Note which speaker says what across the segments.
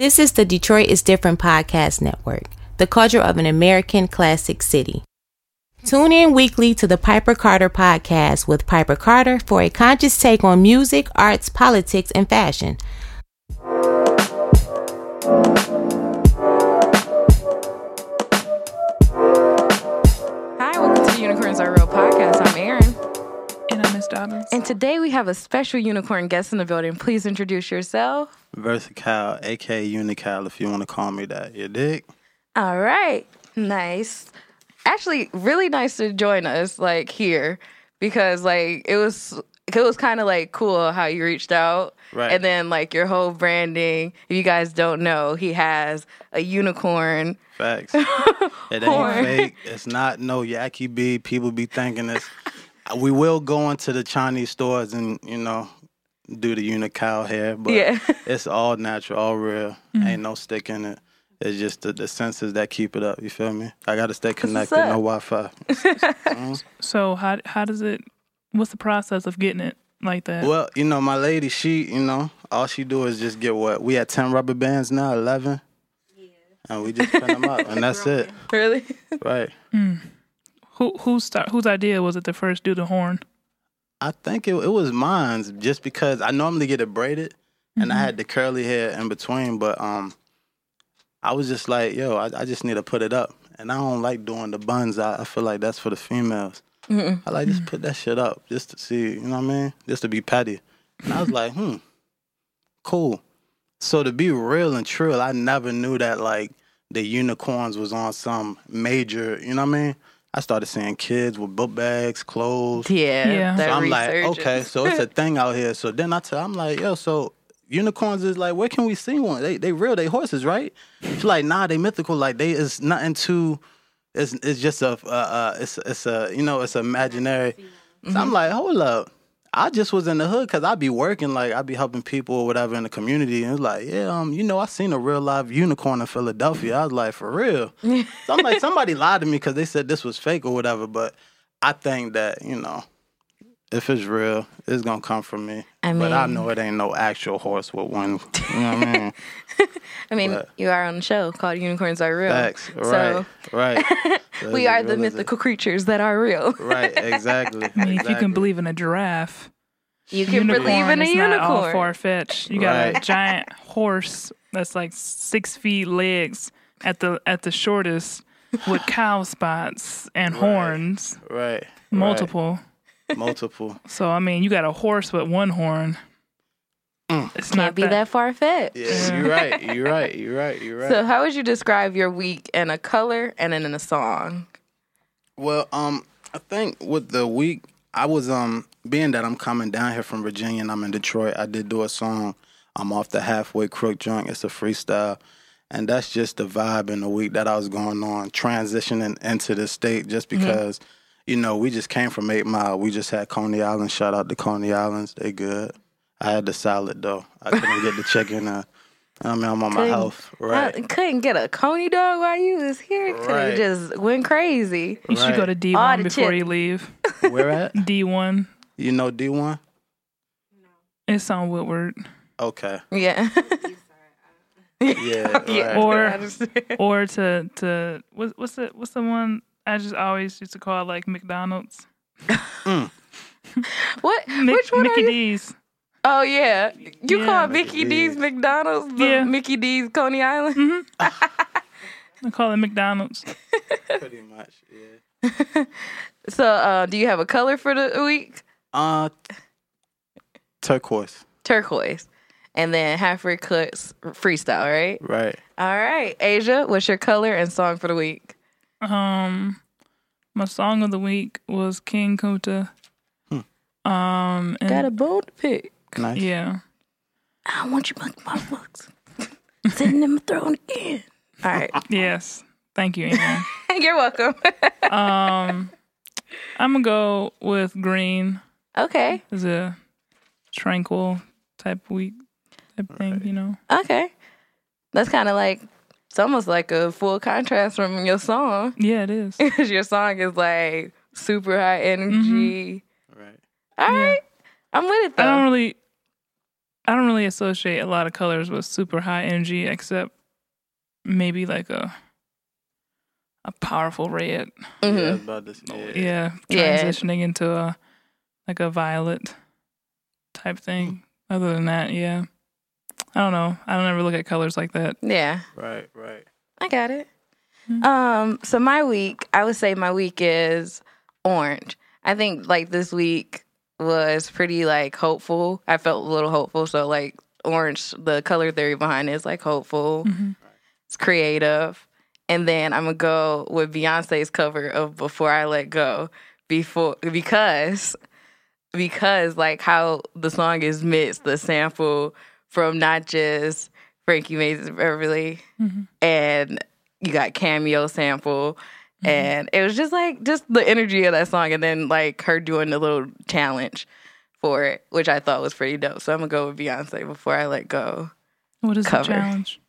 Speaker 1: This is the Detroit is Different podcast network, the culture of an American classic city. Tune in weekly to the Piper Carter podcast with Piper Carter for a conscious take on music, arts, politics, and fashion.
Speaker 2: Hi, welcome to the Unicorns Are Real podcast. I'm Erin.
Speaker 3: And I miss Dobbins.
Speaker 2: And today we have a special unicorn guest in the building. Please introduce yourself.
Speaker 4: Versatile, aka Unical, if you want to call me that. You dig?
Speaker 2: All right. Nice. Actually, really nice to join us like here because like it was it was kind of like cool how you reached out.
Speaker 4: Right.
Speaker 2: And then like your whole branding. If you guys don't know, he has a unicorn.
Speaker 4: Facts. it ain't
Speaker 2: Horn.
Speaker 4: fake. It's not no yaki bee. People be thinking this. we will go into the Chinese stores and, you know, do the Unical hair, but
Speaker 2: Yeah. Mm-hmm.
Speaker 4: it's all natural, all real. Ain't no stick in it. It's just the, the senses that keep it up. You feel me? I got to stay connected.
Speaker 2: up.
Speaker 4: No Wi Fi.
Speaker 3: So how how does it? What's the process of getting it like that?
Speaker 4: Well, you know, my lady, she, you know, all she do is just get what we had ten rubber bands now, eleven. And we just pin them up, and that's it,
Speaker 2: Really?
Speaker 4: right?
Speaker 3: Who who start? Whose idea was it to first do the horn?
Speaker 4: I think it, it was mine's just because I normally get it braided, and I had the curly hair in between, but um, I was just like, yo, I, I just need to put it up, and I don't like doing the buns. I, I feel like that's for the females. I like just put that shit up just to see, you know what I mean? Just to be petty. And I was like, hmm, cool. So to be real and true, I never knew that like the unicorns was on some major, you know what I mean? I started seeing kids with book bags, clothes.
Speaker 2: Yeah.
Speaker 3: Yeah.
Speaker 2: That
Speaker 4: So I'm
Speaker 2: resurgence.
Speaker 4: like, okay, so it's a thing out here. So then I tell, I'm like, yo, so unicorns is like, where can we see one? They they real, they horses, right? She's like, nah, they mythical. Like they is nothing too. It's it's just a uh, uh it's it's a you know it's imaginary. So I'm like, hold up. I just was in the hood because i be working, like i be helping people or whatever in the community. And it's like, yeah, um, you know, I seen a real live unicorn in Philadelphia. I was like, for real. so I'm like, somebody lied to me because they said this was fake or whatever. But I think that, you know, if it's real, it's gonna come from me.
Speaker 2: I
Speaker 4: but I
Speaker 2: mean-
Speaker 4: know it ain't no actual horse with one. You know what I mean?
Speaker 2: I mean,
Speaker 4: But-
Speaker 2: you are on the show called Unicorns Are Real.
Speaker 4: Facts.
Speaker 2: So
Speaker 4: Right. Right. So
Speaker 2: we
Speaker 4: it's
Speaker 2: are
Speaker 4: as
Speaker 2: the
Speaker 4: real as it-
Speaker 2: mythical creatures that are real.
Speaker 4: Right. Exactly.
Speaker 3: I mean, if you can
Speaker 4: exactly.
Speaker 3: believe in a giraffe,
Speaker 2: You can believe in a
Speaker 3: it's not all
Speaker 2: unicorn.
Speaker 3: far fetched. You got a
Speaker 4: Right.
Speaker 3: giant horse that's like six feet legs at the at the shortest, with cow spots and horns,
Speaker 4: Right.
Speaker 3: multiple.
Speaker 4: Right. Multiple.
Speaker 3: So I mean, you got a horse with one horn.
Speaker 4: Mm.
Speaker 3: It's
Speaker 2: Can't be that far fetched.
Speaker 4: Yeah. You're right. You're right. You're right. You're right.
Speaker 2: So, how would you describe your week in a color and then in a song?
Speaker 4: Well, um, I think with the week, I was um being that I'm coming down here from Virginia and I'm in Detroit, I did do a song. I'm off the halfway crook joint. It's a freestyle, and that's just the vibe in the week that I was going on, transitioning into the state, just because. You know, we just came from Eight Mile. We just had Coney Island. Shout out to Coney Islands. They good. I had the salad though. I couldn't get the chicken. Uh, I mean, I'm on my
Speaker 2: Couldn't-
Speaker 4: health. Right.
Speaker 2: I couldn't get a coney dog while you was here. Could
Speaker 4: Right.
Speaker 2: just went crazy.
Speaker 3: You should go
Speaker 4: Right.
Speaker 3: to D
Speaker 2: All the
Speaker 3: one before
Speaker 2: chip.
Speaker 3: you leave.
Speaker 4: Where at?
Speaker 3: D one.
Speaker 4: You know D1?
Speaker 3: It's on Woodward.
Speaker 4: Okay.
Speaker 2: Yeah.
Speaker 4: Yeah.
Speaker 2: Yeah.
Speaker 4: right.
Speaker 3: Or-
Speaker 2: I understand.
Speaker 3: or to to what's what's the what's the one I just always used to call like McDonald's.
Speaker 2: What?
Speaker 3: Mic-
Speaker 2: Which one
Speaker 3: Mickey
Speaker 2: are you?
Speaker 3: D's.
Speaker 2: Oh yeah, you
Speaker 3: Yeah.
Speaker 2: call
Speaker 4: Mickey
Speaker 2: Mickey D's
Speaker 4: D's.
Speaker 2: McDonald's the
Speaker 3: Yeah. Mm-hmm.
Speaker 2: Mickey D's Coney Island.
Speaker 3: I call it McDonald's.
Speaker 4: Pretty much, yeah.
Speaker 2: So, uh, do you have a color for the week?
Speaker 4: Uh, turquoise,
Speaker 2: Turquoise, and then halfway cuts freestyle. Right.
Speaker 4: right?
Speaker 2: All right, Asia. What's your color and song for the week?
Speaker 3: Um, my song of the week was King Kunta. Um, and
Speaker 2: Got a bone to pick.
Speaker 4: Nice.
Speaker 3: yeah,
Speaker 2: I want you back my books. Sitting in my throne again. All right.
Speaker 3: yes, thank you. Ann.
Speaker 2: You're welcome.
Speaker 3: um, I'm gonna go with Green.
Speaker 2: okay.
Speaker 3: It's a tranquil type week type thing, you know.
Speaker 2: Okay. That's kind of like, it's almost like a full contrast from your song.
Speaker 3: Yeah, it is.
Speaker 2: Because your song is like super high energy.
Speaker 4: Right.
Speaker 2: Mm-hmm. All right. I'm with it though.
Speaker 3: I don't really. I don't really associate a lot of colors with super high energy, except maybe like a a powerful red.
Speaker 4: Yeah,
Speaker 2: Mhm.
Speaker 4: about this. Yeah.
Speaker 3: Mm-hmm. Yeah,
Speaker 2: Yeah.
Speaker 3: transitioning into a like a violet type thing.
Speaker 4: Mm.
Speaker 3: Other than that, yeah, I don't know. I don't ever look at colors like that.
Speaker 2: Yeah.
Speaker 4: Right, right.
Speaker 2: I got it. Um, so my week, I would say my week is orange. I think like this week was pretty like hopeful. I felt a little hopeful, so like orange, the color theory behind it is like hopeful. It's creative. And then I'm gonna go with Beyonce's cover of Before I Let Go before because because like how the song is mixed, the sample from not just Frankie Mason Beverly and you got cameo sample and it was just like just the energy of that song and then like her doing the little challenge for it which i thought was pretty dope so i'm gonna go with beyonce before i let go
Speaker 3: What is
Speaker 2: Cover.
Speaker 3: the challenge?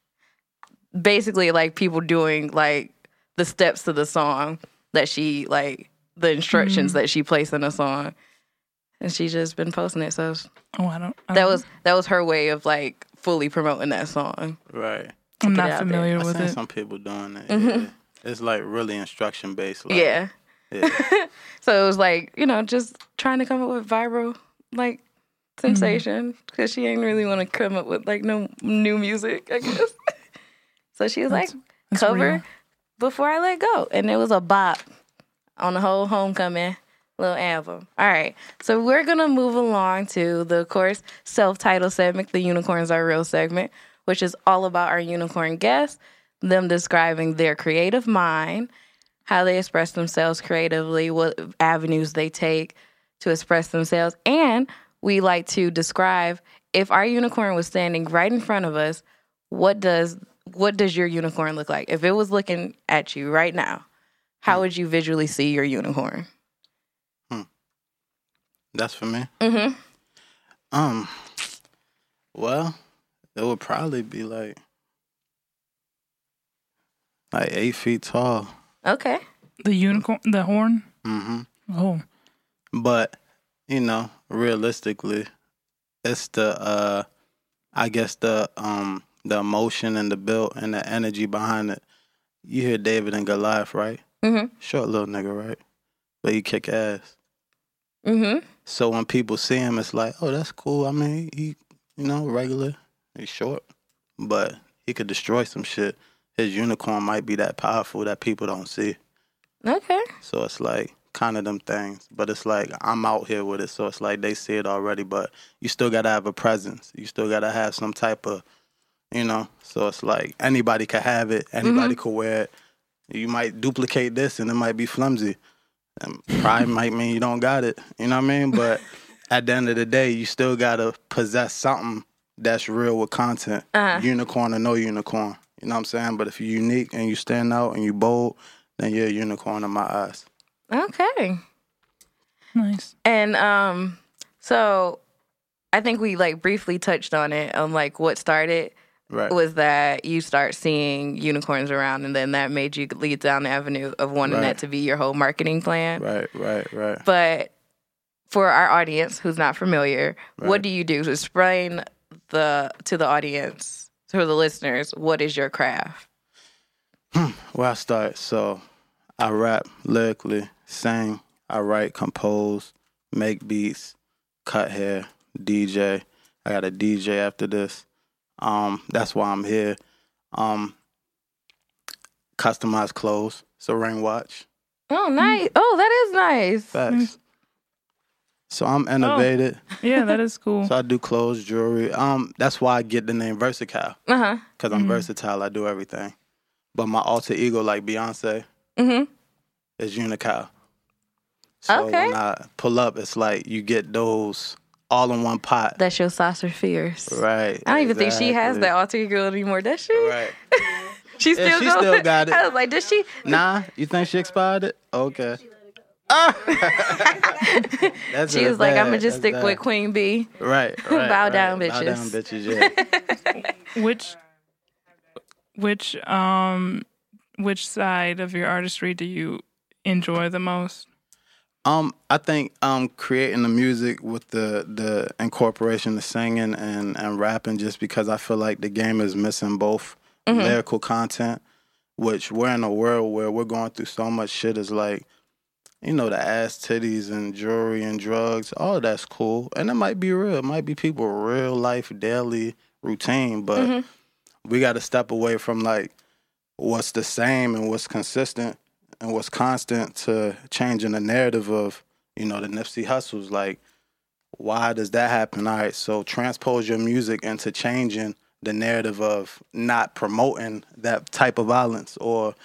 Speaker 2: basically like people doing like the steps to the song that she like the instructions that she placed in the song and she's just been posting it so
Speaker 3: Oh, I don't. I
Speaker 2: that
Speaker 3: don't-
Speaker 2: was that was her way of like fully promoting that song
Speaker 4: Right.
Speaker 3: I'm
Speaker 2: it
Speaker 3: not
Speaker 2: out there.
Speaker 3: familiar
Speaker 4: I
Speaker 3: with
Speaker 4: seen
Speaker 3: it. Mm-hmm.
Speaker 4: some people doing that. yeah. It's like really instruction based. Like,
Speaker 2: yeah
Speaker 4: yeah.
Speaker 2: So it was like, you know, just trying to come up with viral like
Speaker 3: Mm-hmm.
Speaker 2: sensation because she ain't really want to come up with like no new music, I guess. so she was like,
Speaker 3: that's
Speaker 2: cover
Speaker 3: real.
Speaker 2: before I let go, and it was a bop on the whole homecoming little album. All right, so we're gonna move along to the of course self-titled segment, the unicorns are real segment, which is all about our unicorn guests, them describing their creative mind how they express themselves creatively, what avenues they take to express themselves. And we like to describe if our unicorn was standing right in front of us, what does what does your unicorn look like? If it was looking at you right now, how would you visually see your unicorn?
Speaker 4: That's for me.
Speaker 2: Mm-hmm.
Speaker 4: Um. Well, it would probably be like like eight feet tall.
Speaker 2: Okay.
Speaker 3: The unicorn, the horn.
Speaker 4: hmm
Speaker 3: Oh,
Speaker 4: But you know, realistically, it's the uh, I guess the um the emotion and the build and the energy behind it. You hear David and Goliath, right?
Speaker 2: Mm-hmm.
Speaker 4: Short little nigga, right? But he kick ass.
Speaker 2: Mm-hmm.
Speaker 4: So when people see him, it's like, oh, that's cool. I mean, he, you know, regular. He's short, but he could destroy some shit. His unicorn might be that powerful that people don't see.
Speaker 2: Okay.
Speaker 4: So it's like kind of them things. But it's like I'm out here with it. So it's like they see it already, but you still gotta have a presence. You still gotta have some type of, you know. So it's like anybody could have it. Anybody could wear it. You might duplicate this, and it might be flimsy. And pride might mean you don't got it. You know what I mean? But at the end of the day, you still gotta possess something that's real with content. Unicorn or no unicorn. You know what I'm saying? But if you're unique and you stand out and you bold, then you're a unicorn in my eyes.
Speaker 2: Okay.
Speaker 3: nice.
Speaker 2: And um, so I think we like briefly touched on it on like what started
Speaker 4: Right.
Speaker 2: was that you start seeing unicorns around, and then that made you lead down the avenue of wanting
Speaker 4: Right.
Speaker 2: that to be your whole marketing plan.
Speaker 4: right, right, right.
Speaker 2: But for our audience who's not familiar, what
Speaker 4: Right.
Speaker 2: do you do? Explain the to the audience, to the listeners, what is your craft?
Speaker 4: Where I start, so I rap lyrically, sing, I write, compose, make beats, cut hair, DJ. I got a DJ after this. Um, that's why I'm here. Um, customized clothes. It's a ring watch.
Speaker 2: Oh, nice! Oh, that is nice.
Speaker 4: Facts. So I'm innovative.
Speaker 3: Yeah, that is cool.
Speaker 4: So I do clothes, jewelry. Um, that's why I get the name Versatile.
Speaker 2: Uh huh.
Speaker 4: because I'm versatile. I do everything. But my alter ego, like Beyonce,
Speaker 2: Mhm.
Speaker 4: is Unikyle. So
Speaker 2: Okay.
Speaker 4: when I pull up, it's like you get those all in one pot.
Speaker 2: That's your saucer fierce.
Speaker 4: right.
Speaker 2: I don't even think she has
Speaker 4: exactly.
Speaker 2: that alter ego anymore, does she?
Speaker 4: Right.
Speaker 2: She still,
Speaker 4: Yeah, she
Speaker 2: goes-
Speaker 4: still got it.
Speaker 2: I was like, does she?
Speaker 4: Nah, you think she expired it? Okay. That's
Speaker 2: She was like, I'm gonna just stick
Speaker 4: bad.
Speaker 2: with Queen Bee.
Speaker 4: Right, right.
Speaker 2: Bow
Speaker 4: right.
Speaker 2: down,
Speaker 4: Bow down,
Speaker 2: bitches.
Speaker 4: bitches. Yeah.
Speaker 3: Which, which, um, which side of your artistry do you enjoy the most?
Speaker 4: Um, I think um creating the music with the the incorporation, the singing and and rapping, just because I feel like the game is missing both lyrical content, which we're in a world where we're going through so much shit. Is like, you know, the ass titties and jewelry and drugs. All of that's cool, and it might be real. It might be people real life daily routine, but we got to step away from like what's the same and what's consistent and what's constant to changing the narrative of you know the Nipsey hustles like why does that happen all right so transpose your music into changing the narrative of not promoting that type of violence or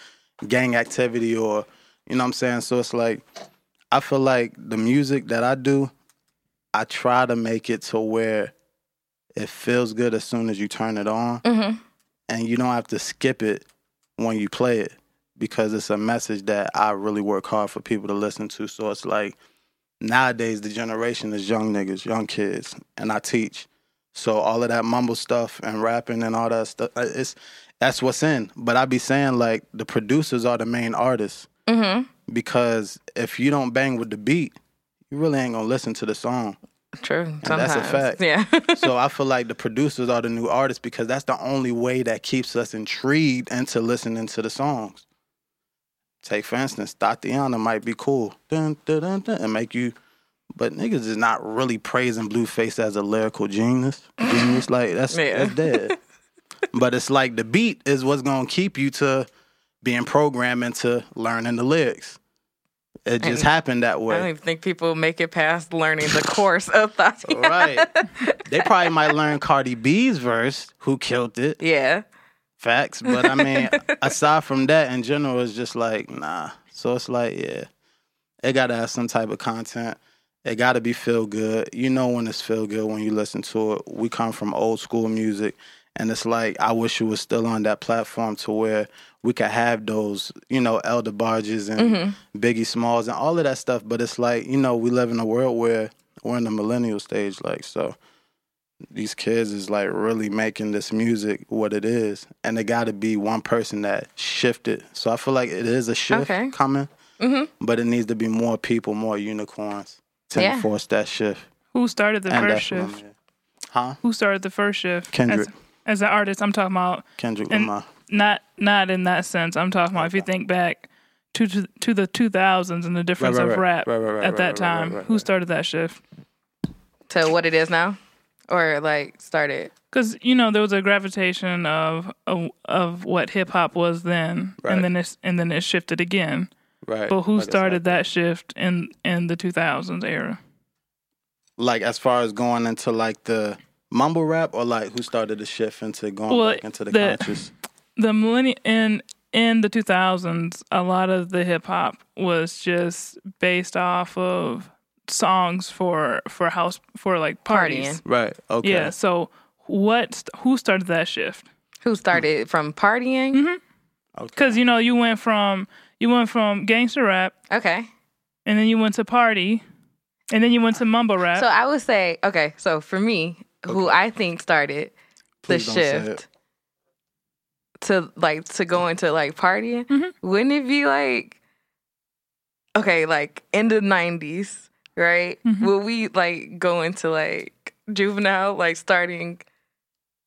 Speaker 4: gang activity or you know what I'm saying so it's like I feel like the music that I do I try to make it to where it feels good as soon as you turn it on and you don't have to skip it when you play it because it's a message that I really work hard for people to listen to. So it's like nowadays the generation is young niggas, young kids, and I teach. So all of that mumble stuff and rapping and all that stuff, uh, it's that's what's in. But I be saying like the producers are the main artists
Speaker 2: Mm-hmm.
Speaker 4: because if you don't bang with the beat, you really ain't gonna listen to the song.
Speaker 2: True.
Speaker 4: And that's a
Speaker 2: sometimes.
Speaker 4: fact. so I feel like the producers are the new artists because that's the only way that keeps us intrigued into listening to the songs. Take for instance, Tatiana might be cool dun, dun, dun, dun, and make you, but niggas is not really praising Blueface as a lyrical genius. Genius, like that's,
Speaker 2: Yeah.
Speaker 4: that's dead. but it's like the beat is what's gonna keep you to being programmed into learning the lyrics. It just happened that way.
Speaker 2: I don't even think people make it past learning the course of thought.
Speaker 4: right. They probably might learn Cardi B's verse, who killed it.
Speaker 2: yeah.
Speaker 4: Facts. But I mean, aside from that, in general, it's just like, nah. So it's like, yeah, it got to have some type of content. It got to be feel good. You know when it's feel good when you listen to it. We come from old school music. And it's like, I wish it was still on that platform to where we could have those, you know, Elder Barges and Biggie Smalls and all of that stuff. But it's like, you know, we live in a world where we're in the millennial stage. Like, so these kids is like really making this music what it is, and it got to be one person that shifted. So I feel like it is a shift
Speaker 2: Okay.
Speaker 4: coming, but it needs to be more people, more unicorns to
Speaker 2: Yeah.
Speaker 4: enforce that shift.
Speaker 3: Who started the
Speaker 4: and
Speaker 3: first
Speaker 4: that's what I'm
Speaker 3: shift?
Speaker 4: here. huh?
Speaker 3: Who started the first shift?
Speaker 4: Kendrick.
Speaker 3: As, as an artist, I'm talking about
Speaker 4: Kendrick
Speaker 3: And-
Speaker 4: Lamar.
Speaker 3: not not in that sense. I'm talking about if you think back to to, to the 2000s and the difference
Speaker 4: right,
Speaker 3: of
Speaker 4: right.
Speaker 3: rap
Speaker 4: Right, right, right,
Speaker 3: at
Speaker 4: right,
Speaker 3: that
Speaker 4: right, right,
Speaker 3: time.
Speaker 4: right,
Speaker 3: Who
Speaker 4: right.
Speaker 3: started that shift?
Speaker 2: To what it is now? Or like started.
Speaker 3: Because you know there was a gravitation of of, of what hip hop was then,
Speaker 4: Right.
Speaker 3: and then it's, and then it shifted again.
Speaker 4: Right.
Speaker 3: But who
Speaker 4: Like I said.
Speaker 3: started that shift in in the 2000s era?
Speaker 4: Like as far as going into like the mumble rap, or like who started the shift into going
Speaker 3: Well,
Speaker 4: back into the,
Speaker 3: the-
Speaker 4: conscious?
Speaker 3: The millennium in in the 2000s, a lot of the hip hop was just based off of songs for for house for like
Speaker 2: Partying.
Speaker 3: parties.
Speaker 4: Right. Okay.
Speaker 3: Yeah. So what? st- Who started that shift?
Speaker 2: Who started from partying?
Speaker 3: Because you know you went from you went from gangster rap,
Speaker 2: Okay.
Speaker 3: and then you went to party, and then you went to mumble rap.
Speaker 2: So I would say, okay, so for me, who I think started the
Speaker 4: Please don't say it.
Speaker 2: shift to like to go into like partying,
Speaker 4: Mm-hmm.
Speaker 2: wouldn't it be like okay, like in the nineties, right?
Speaker 4: Mm-hmm.
Speaker 2: Will we like go into like juvenile, like starting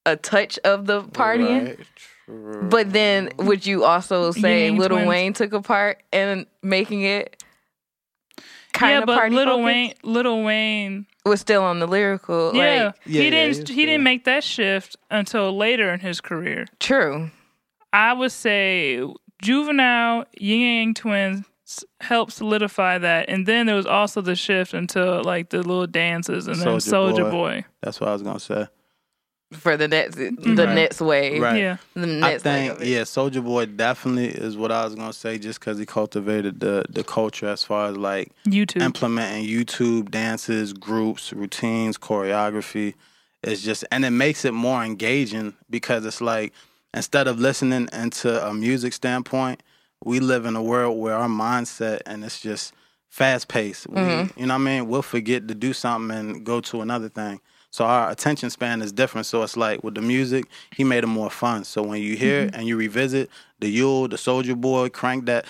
Speaker 2: a touch of the partying?
Speaker 4: Right. True.
Speaker 2: But then would you also say
Speaker 3: Ying
Speaker 2: Little
Speaker 3: Twins.
Speaker 2: Wayne took a part in making it kind
Speaker 3: yeah,
Speaker 2: of
Speaker 3: but
Speaker 2: party
Speaker 3: Little
Speaker 2: focused?
Speaker 3: Wayne, Little Wayne,
Speaker 2: was still on the lyrical.
Speaker 3: yeah,
Speaker 2: Like,
Speaker 4: Yeah,
Speaker 3: he
Speaker 4: yeah,
Speaker 3: didn't
Speaker 4: he's
Speaker 3: he didn't
Speaker 4: cool.
Speaker 3: make that shift until later in his career.
Speaker 2: true.
Speaker 3: I would say juvenile Yin Yang Twins s- helped solidify that, and then there was also the shift into like the little dances, and then
Speaker 4: Soulja
Speaker 3: Soldier
Speaker 4: Boy.
Speaker 3: Boy.
Speaker 4: that's what I was gonna say.
Speaker 2: For the next, the
Speaker 4: Right.
Speaker 2: next wave,
Speaker 4: Mm-hmm. Right.
Speaker 3: Yeah,
Speaker 2: the
Speaker 4: I
Speaker 2: next wave
Speaker 4: think
Speaker 2: of it.
Speaker 4: yeah, Soldier Boy definitely is what I was gonna say, just because he cultivated the the culture as far as like
Speaker 3: YouTube.
Speaker 4: implementing YouTube dances, groups, routines, choreography. It's just and it makes it more engaging because it's like instead of listening into a music standpoint, we live in a world where our mindset and it's just fast paced. We, You know what I mean? We'll forget to do something and go to another thing. So our attention span is different. So it's like with the music, he made it more fun. So when you hear it and you revisit the Yule, the Soldier Boy, Crank that,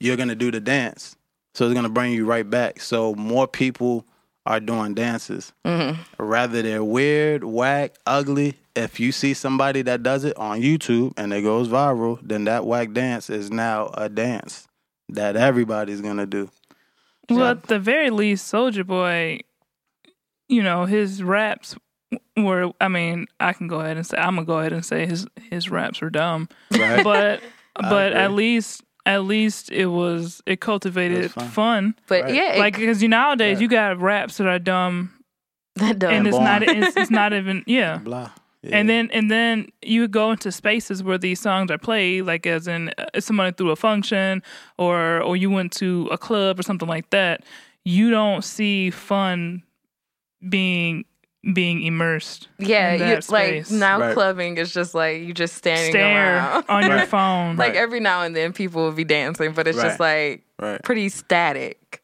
Speaker 4: you're gonna do the dance. So it's gonna bring you right back. So more people are doing dances.
Speaker 3: Mm-hmm.
Speaker 4: Rather they're weird, whack, ugly. If you see somebody that does it on YouTube and it goes viral, then that whack dance is now a dance that everybody's gonna do.
Speaker 3: Well, at the very least, Soldier Boy, you know, his raps were. I mean, I can go ahead and say I'm gonna go ahead and say his his raps were dumb,
Speaker 4: Right?
Speaker 3: but but
Speaker 4: agree.
Speaker 3: at least at least it was it cultivated
Speaker 4: fun.
Speaker 3: fun.
Speaker 2: But
Speaker 4: Right.
Speaker 2: yeah, it,
Speaker 3: Like
Speaker 2: like
Speaker 3: 'cause like because you nowadays
Speaker 4: Right.
Speaker 3: you got raps that are dumb
Speaker 2: that does.
Speaker 3: and it's
Speaker 4: Born.
Speaker 3: not it's, it's not even yeah.
Speaker 4: Blah. Yeah.
Speaker 3: And then and then you go into spaces where these songs are played, like as in uh, if somebody threw a function or or you went to a club or something like that. You don't see fun being being immersed.
Speaker 2: yeah,
Speaker 3: in
Speaker 2: you,
Speaker 3: that
Speaker 2: like
Speaker 3: space.
Speaker 2: now
Speaker 4: Right.
Speaker 2: clubbing is just like you just standing
Speaker 3: Stare
Speaker 2: around.
Speaker 3: on your
Speaker 4: Right.
Speaker 3: phone.
Speaker 2: like
Speaker 4: Right.
Speaker 2: every now and then people will be dancing, but it's just like
Speaker 4: right.
Speaker 2: pretty static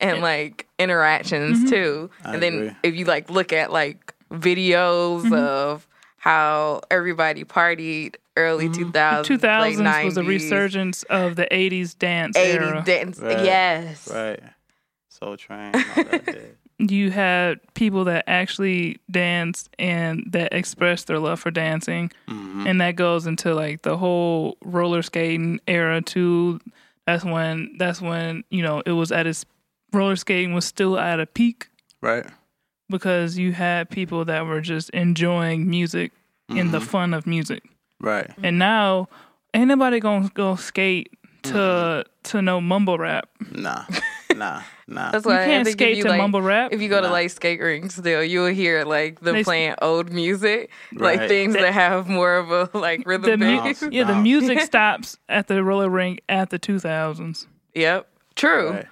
Speaker 2: and like interactions
Speaker 3: Mm-hmm.
Speaker 2: too.
Speaker 4: I
Speaker 2: and then
Speaker 4: agree.
Speaker 2: if you like look at like videos
Speaker 3: Mm-hmm.
Speaker 2: of how everybody partied early 2000s,
Speaker 3: Mm-hmm. Two
Speaker 2: late
Speaker 3: thousands was a
Speaker 2: 90s,
Speaker 3: resurgence of the eighties dance
Speaker 2: 80s
Speaker 3: era.
Speaker 2: dance.
Speaker 4: Right,
Speaker 2: Yes.
Speaker 4: Right. Soul train. all that, yeah.
Speaker 3: you had people that actually danced and that expressed their love for dancing. And that goes into like the whole roller skating era too. That's when that's when, you know, it was at its roller skating was still at a peak
Speaker 4: Right.
Speaker 3: because you had people that were just enjoying music and the fun of music.
Speaker 4: Right.
Speaker 3: And now ain't nobody gonna go skate to to no mumble rap.
Speaker 4: Nah. Nah. Nah.
Speaker 2: That's
Speaker 3: You
Speaker 2: why I
Speaker 3: can't
Speaker 2: think if
Speaker 3: skate
Speaker 2: you,
Speaker 3: to
Speaker 2: like,
Speaker 3: mumble rap.
Speaker 2: If you go to like skate rinks, still you'll hear like them
Speaker 3: They s-
Speaker 2: playing old music,
Speaker 4: Right.
Speaker 2: like things that have more of a like
Speaker 3: the
Speaker 2: rhythm.
Speaker 3: mu-
Speaker 2: base.
Speaker 3: yeah, the
Speaker 4: Bounce.
Speaker 3: music stops at the roller rink at the 2000s.
Speaker 2: yep, true.
Speaker 4: Right.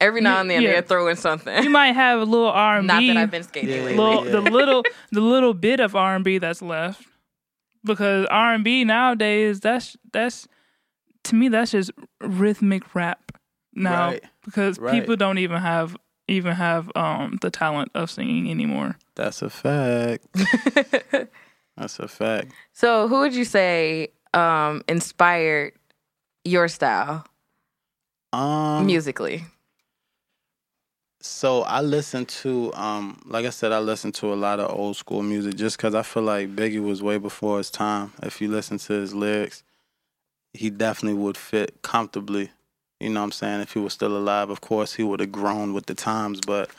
Speaker 2: Every now and then
Speaker 3: Yeah.
Speaker 2: they're throwing something.
Speaker 3: You might have a little R&B,
Speaker 2: Not that I've been skating
Speaker 4: Yeah.
Speaker 2: lately.
Speaker 3: little, the
Speaker 4: Yeah.
Speaker 3: little the little bit of R&B that's left because R&B nowadays that's that's to me that's just rhythmic rap now
Speaker 4: Right.
Speaker 3: because
Speaker 4: Right.
Speaker 3: people don't even have even have um the talent of singing anymore.
Speaker 4: That's a fact. That's a fact.
Speaker 2: So, who would you say um, inspired your style
Speaker 4: Um
Speaker 2: musically?
Speaker 4: so I listen to um like I said I listen to a lot of old school music just cuz I feel like Biggie was way before his time. If you listen to his lyrics, he definitely would fit comfortably. You know what I'm saying? If he was still alive, of course he would have grown with the times, but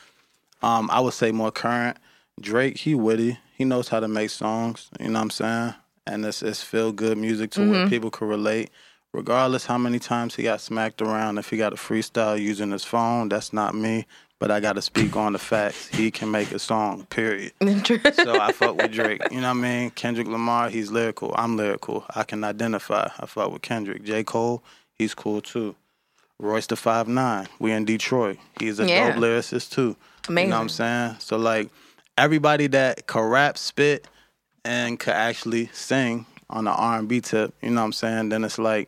Speaker 4: um I would say more current. Drake, he witty. He knows how to make songs, you know what I'm saying? And it's it's feel good music to where people can relate. Regardless how many times he got smacked around, if he got a freestyle using his phone, that's not me. But I gotta speak on the facts. He can make a song, period. So I fuck with Drake. You know what I mean? Kendrick Lamar, he's lyrical. I'm lyrical. I can identify. I fuck with Kendrick. J. Cole, he's cool too. Royce the Five Nine, we in Detroit. He's a
Speaker 2: Yeah.
Speaker 4: dope lyricist too. You know what I'm
Speaker 2: Amazing.
Speaker 4: saying? So like everybody that could rap, spit, and could actually sing on the R and B tip, you know what I'm saying? Then it's like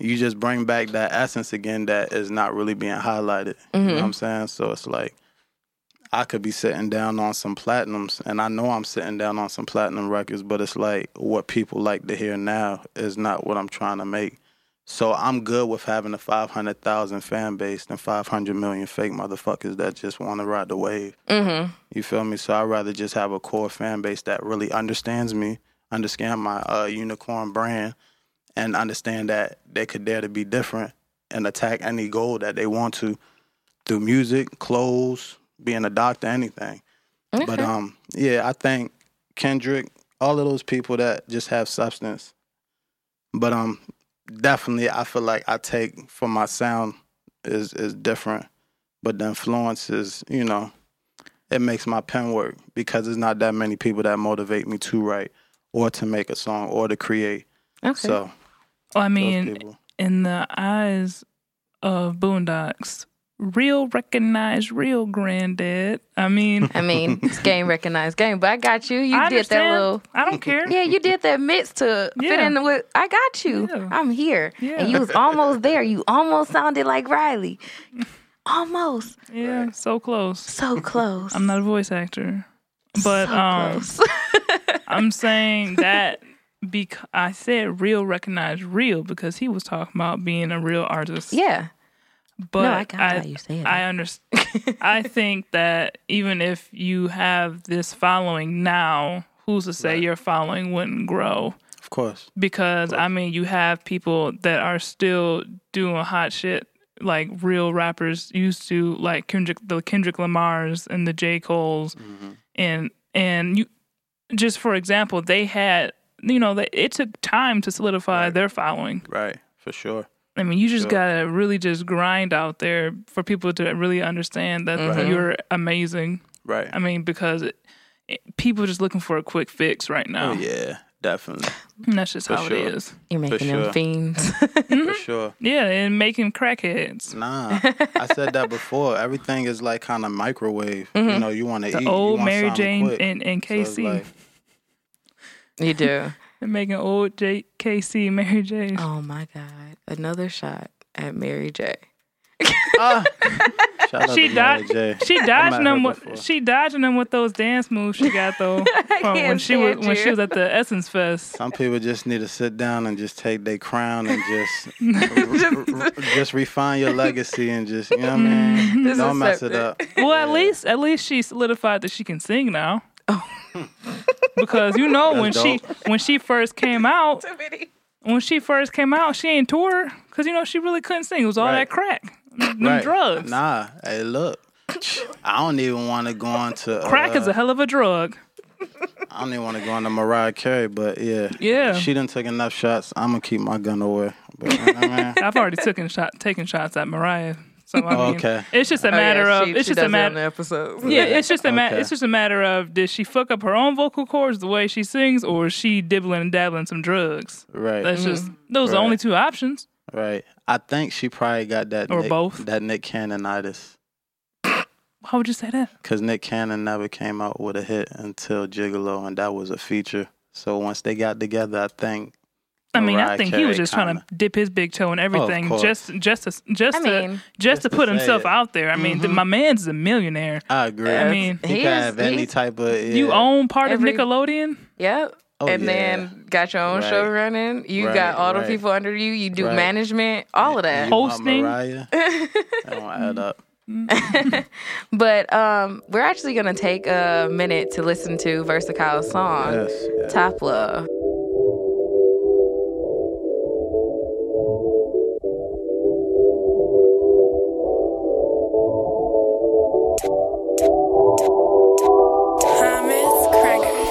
Speaker 4: you just bring back that essence again that is not really being highlighted. You know what I'm saying? So it's like I could be sitting down on some platinums, and I know I'm sitting down on some platinum records, but it's like what people like to hear now is not what I'm trying to make. So I'm good with having a 500,000 fan base than 500 million fake motherfuckers that just want to ride the wave.
Speaker 2: Mm-hmm.
Speaker 4: You feel me? So I'd rather just have a core fan base that really understands me, understand my uh, unicorn brand, and understand that they could dare to be different and attack any goal that they want to through music, clothes, being a doctor, anything. But um, yeah, I think Kendrick, all of those people that just have substance. But um, definitely, I feel like I take from my sound is is different, but the influence is you know it makes my pen work because there's not that many people that motivate me to write or to make a song or to create.
Speaker 2: Okay.
Speaker 4: So
Speaker 3: Well, I
Speaker 4: those
Speaker 3: mean,
Speaker 4: people,
Speaker 3: in the eyes of Boondocks, real recognized, real granddad. I mean,
Speaker 2: I mean, it's game recognized game, but I got you. You
Speaker 3: I
Speaker 2: did that
Speaker 3: understand.
Speaker 2: little.
Speaker 3: I don't care.
Speaker 2: Yeah, you did that mix to fit
Speaker 3: Yeah.
Speaker 2: in with. I got you.
Speaker 3: Yeah.
Speaker 2: I'm here,
Speaker 3: Yeah.
Speaker 2: and you was almost there. You almost sounded like Riley. Almost
Speaker 3: Yeah, so close.
Speaker 2: so close.
Speaker 3: I'm not um, a voice actor, but
Speaker 2: so
Speaker 3: um,
Speaker 2: close.
Speaker 3: I'm saying that because I said real recognized real because he was talking about being a real artist.
Speaker 2: yeah,
Speaker 3: But
Speaker 2: no, I got
Speaker 3: I,
Speaker 2: how you say it.
Speaker 3: I understand. I think that even if you have this following now, who's to say your following wouldn't grow?
Speaker 4: Of course.
Speaker 3: Because I mean, you have people that are still doing hot shit like real rappers used to, like Kendrick, the Kendrick Lamar's and the J Cole's,
Speaker 4: Mm-hmm.
Speaker 3: and and you just for example, they had you know they, it took time to solidify their following.
Speaker 4: Right. For sure.
Speaker 3: I mean, you just gotta really just grind out there for people to really understand that you're amazing.
Speaker 4: Right.
Speaker 3: I mean, because it, it- people are just looking for a quick fix right now.
Speaker 4: oh yeah, definitely.
Speaker 3: And that's just
Speaker 4: For
Speaker 3: how
Speaker 4: sure.
Speaker 3: it is.
Speaker 2: You're making
Speaker 4: sure.
Speaker 2: them fiends.
Speaker 3: Mm-hmm.
Speaker 4: For sure.
Speaker 3: Yeah, and making crackheads.
Speaker 4: Nah, I said that before. Everything is like kind of microwave. You know, you want to eat.
Speaker 3: Mm-hmm. The
Speaker 4: you
Speaker 3: old
Speaker 4: want
Speaker 3: Mary
Speaker 4: something
Speaker 3: Jane
Speaker 4: quick.
Speaker 3: and, and
Speaker 4: So it's
Speaker 3: KC.
Speaker 4: like,
Speaker 2: you do.
Speaker 3: They're making old J- KC Mary J's.
Speaker 2: Oh my God. Another shot at Mary J.
Speaker 4: ah. Shout out
Speaker 3: She
Speaker 4: to Mary
Speaker 3: dodged.
Speaker 4: J.
Speaker 3: She
Speaker 4: I
Speaker 3: dodging
Speaker 4: met her
Speaker 3: them.
Speaker 4: before.
Speaker 3: With, she dodging them with those dance moves she got though from when
Speaker 2: can't
Speaker 3: she was
Speaker 2: stand
Speaker 3: when she
Speaker 2: you.
Speaker 3: was at the Essence Fest.
Speaker 4: Some people just need to sit down and just take their crown and just r- r- just refine your legacy and just you know what I mean.
Speaker 2: Just
Speaker 4: Don't mess it
Speaker 2: accept
Speaker 4: up.
Speaker 3: Well, at least at least she solidified that she can sing now.
Speaker 2: Oh.
Speaker 3: because you know when
Speaker 4: That's
Speaker 3: she when she first came out, when she first came out, she ain't tour because you know she really couldn't sing. It was all that
Speaker 4: Right.
Speaker 3: crack, them
Speaker 4: Right.
Speaker 3: drugs.
Speaker 4: Nah, hey, look. I don't even want to go on to uh,
Speaker 3: Crack is a hell of a drug.
Speaker 4: I don't even want to go on to Mariah Carey, but yeah,
Speaker 3: Yeah.
Speaker 4: She didn't take enough shots. I'm gonna keep my gun away. But, you know what I mean?
Speaker 3: I've already taken shot taken shots at Mariah, so I mean,
Speaker 4: Okay.
Speaker 3: it's just a matter
Speaker 2: Oh, yeah,
Speaker 3: of
Speaker 2: she-
Speaker 3: it's
Speaker 2: she
Speaker 3: just
Speaker 2: does
Speaker 3: a
Speaker 2: it on
Speaker 3: matter.
Speaker 2: the episode.
Speaker 3: Yeah, it's just a ma-
Speaker 4: Okay.
Speaker 3: it's just a matter of did she fuck up her own vocal cords the way she sings, or is she dibbling and dabbling some drugs?
Speaker 4: Right, Mm-hmm.
Speaker 3: That's just those are the only
Speaker 4: Right.
Speaker 3: two options.
Speaker 4: right. I think she probably got that
Speaker 3: Or
Speaker 4: Nick,
Speaker 3: both.
Speaker 4: that Nick Cannonitis
Speaker 3: Why would you say that?
Speaker 4: because Nick Cannon never came out with a hit until Gigolo, and that was a feature. So once they got together, I think
Speaker 3: I mean, I
Speaker 4: Mariah
Speaker 3: think he was
Speaker 4: Carey
Speaker 3: just trying
Speaker 4: kinda-
Speaker 3: to dip his big toe in everything,
Speaker 4: course.
Speaker 3: just just to just
Speaker 2: I
Speaker 3: to
Speaker 2: mean-
Speaker 3: just to
Speaker 4: to
Speaker 3: put
Speaker 4: say
Speaker 3: himself
Speaker 4: it. Mm-hmm.
Speaker 3: out there. I mean, th- my man's a millionaire.
Speaker 4: I agree.
Speaker 3: I mean,
Speaker 4: he
Speaker 2: He
Speaker 4: can
Speaker 2: is-
Speaker 4: have any
Speaker 2: he's-
Speaker 4: type of yeah,
Speaker 3: You own part
Speaker 2: Every-
Speaker 3: of Nickelodeon.
Speaker 2: Yep.
Speaker 4: Oh,
Speaker 2: and
Speaker 4: yeah.
Speaker 2: then got your own
Speaker 4: Right.
Speaker 2: show running. You
Speaker 4: Right,
Speaker 2: got all the
Speaker 4: right.
Speaker 2: people under you. You do
Speaker 4: Right.
Speaker 2: management, all of that.
Speaker 4: you want
Speaker 3: hosting.
Speaker 4: Mariah. that don't add up.
Speaker 2: But um, we're actually gonna take a minute to listen to Versicole's song
Speaker 4: Yes, yes.
Speaker 2: "Top Love."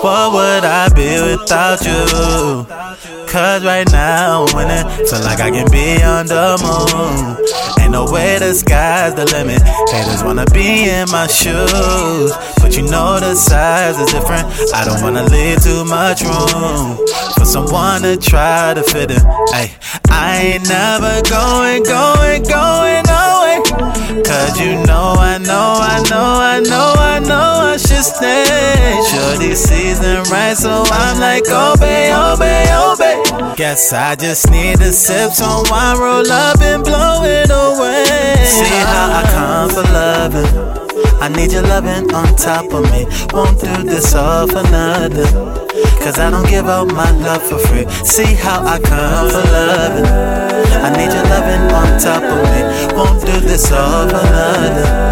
Speaker 5: What would I be without you? Cause right now I'm winning. Feel like I can be on the moon. Ain't no way the sky's the limit. Haters wanna be in my shoes. But you know the size is different. I don't wanna leave too much room for someone to try to fit in. Ay, I ain't never going, going, going away. Cause you know, I know, I know, I know, I know I should stay. Sure, this season right, so I'm like, obey, obey, obey. Guess I just need to sip some wine, roll up and blow it away. See how I come for loving. I need your loving on top of me. Won't do this all for nothing. Cause I don't give out my love for free. See how I come for loving. I need your loving on top of me. Won't do this all for nothing.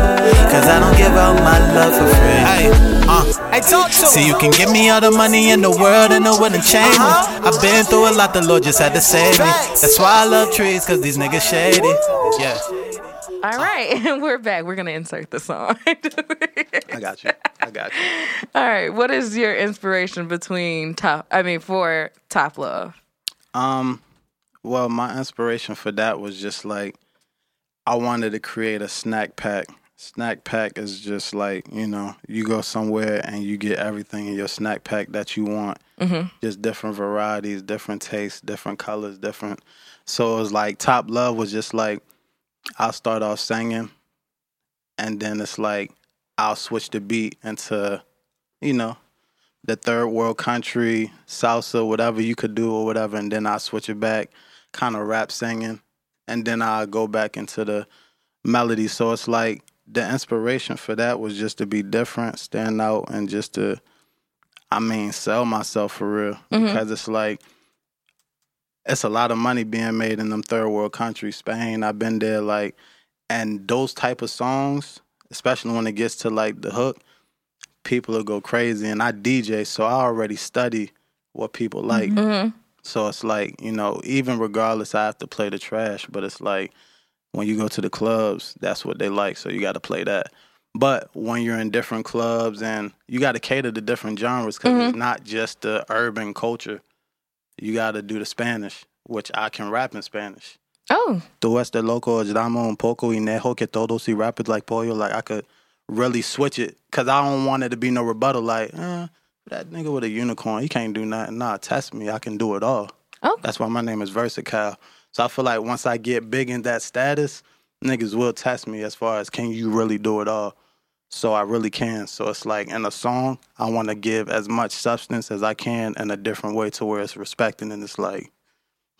Speaker 5: Cause I don't give out my love for free. Hey, uh, hey, talk to See, you can give me all the money in the world and it wouldn't change me. I've been through a lot, the Lord just had to save me. That's why I love trees, cause these niggas shady. Yeah.
Speaker 2: All right, and we're back. We're gonna insert the song.
Speaker 4: I got you. I got you.
Speaker 2: all right, what is your inspiration between top? I mean, for "Top Love."
Speaker 4: Um, well, my inspiration for that was just like I wanted to create a snack pack. Snack pack is just like you know, you go somewhere and you get everything in your snack pack that you want. Mm-hmm. Just different varieties, different tastes, different colors, different. So it was like top love was just like I'll start off singing, and then it's like I'll switch the beat into, you know, the third world country, salsa, whatever you could do or whatever, and then I switch it back, kind of rap singing, and then I go back into the melody. So it's like the inspiration for that was just to be different, stand out, and just to, I mean, sell myself for real because it's like. It's a lot of money being made in them third world countries. Spain, I've been there. Like, and those type of songs, especially when it gets to like the hook, people will go crazy. And I DJ, so I already study what people like. So it's like you know, even regardless, I have to play the trash. But it's like when you go to the clubs, that's what they like. So you got to play that. But when you're in different clubs and you got to cater to different genres because it's not just the urban culture. You got to do the Spanish, which I can rap in Spanish.
Speaker 2: Oh,
Speaker 4: Tú este loco, llamo un poco y nejo que todos y rapid like pollo. Like I could really switch it because I don't want it to be no rebuttal. Like eh, that nigga with a unicorn, he can't do nothing. Nah, test me, I can do it all.
Speaker 2: Okay.
Speaker 4: That's why my name is Versatile. So I feel like once I get big in that status, niggas will test me as far as can you really do it all. So I really can. So it's like in a song, I want to give as much substance as I can in a different way to where it's respected and it's like,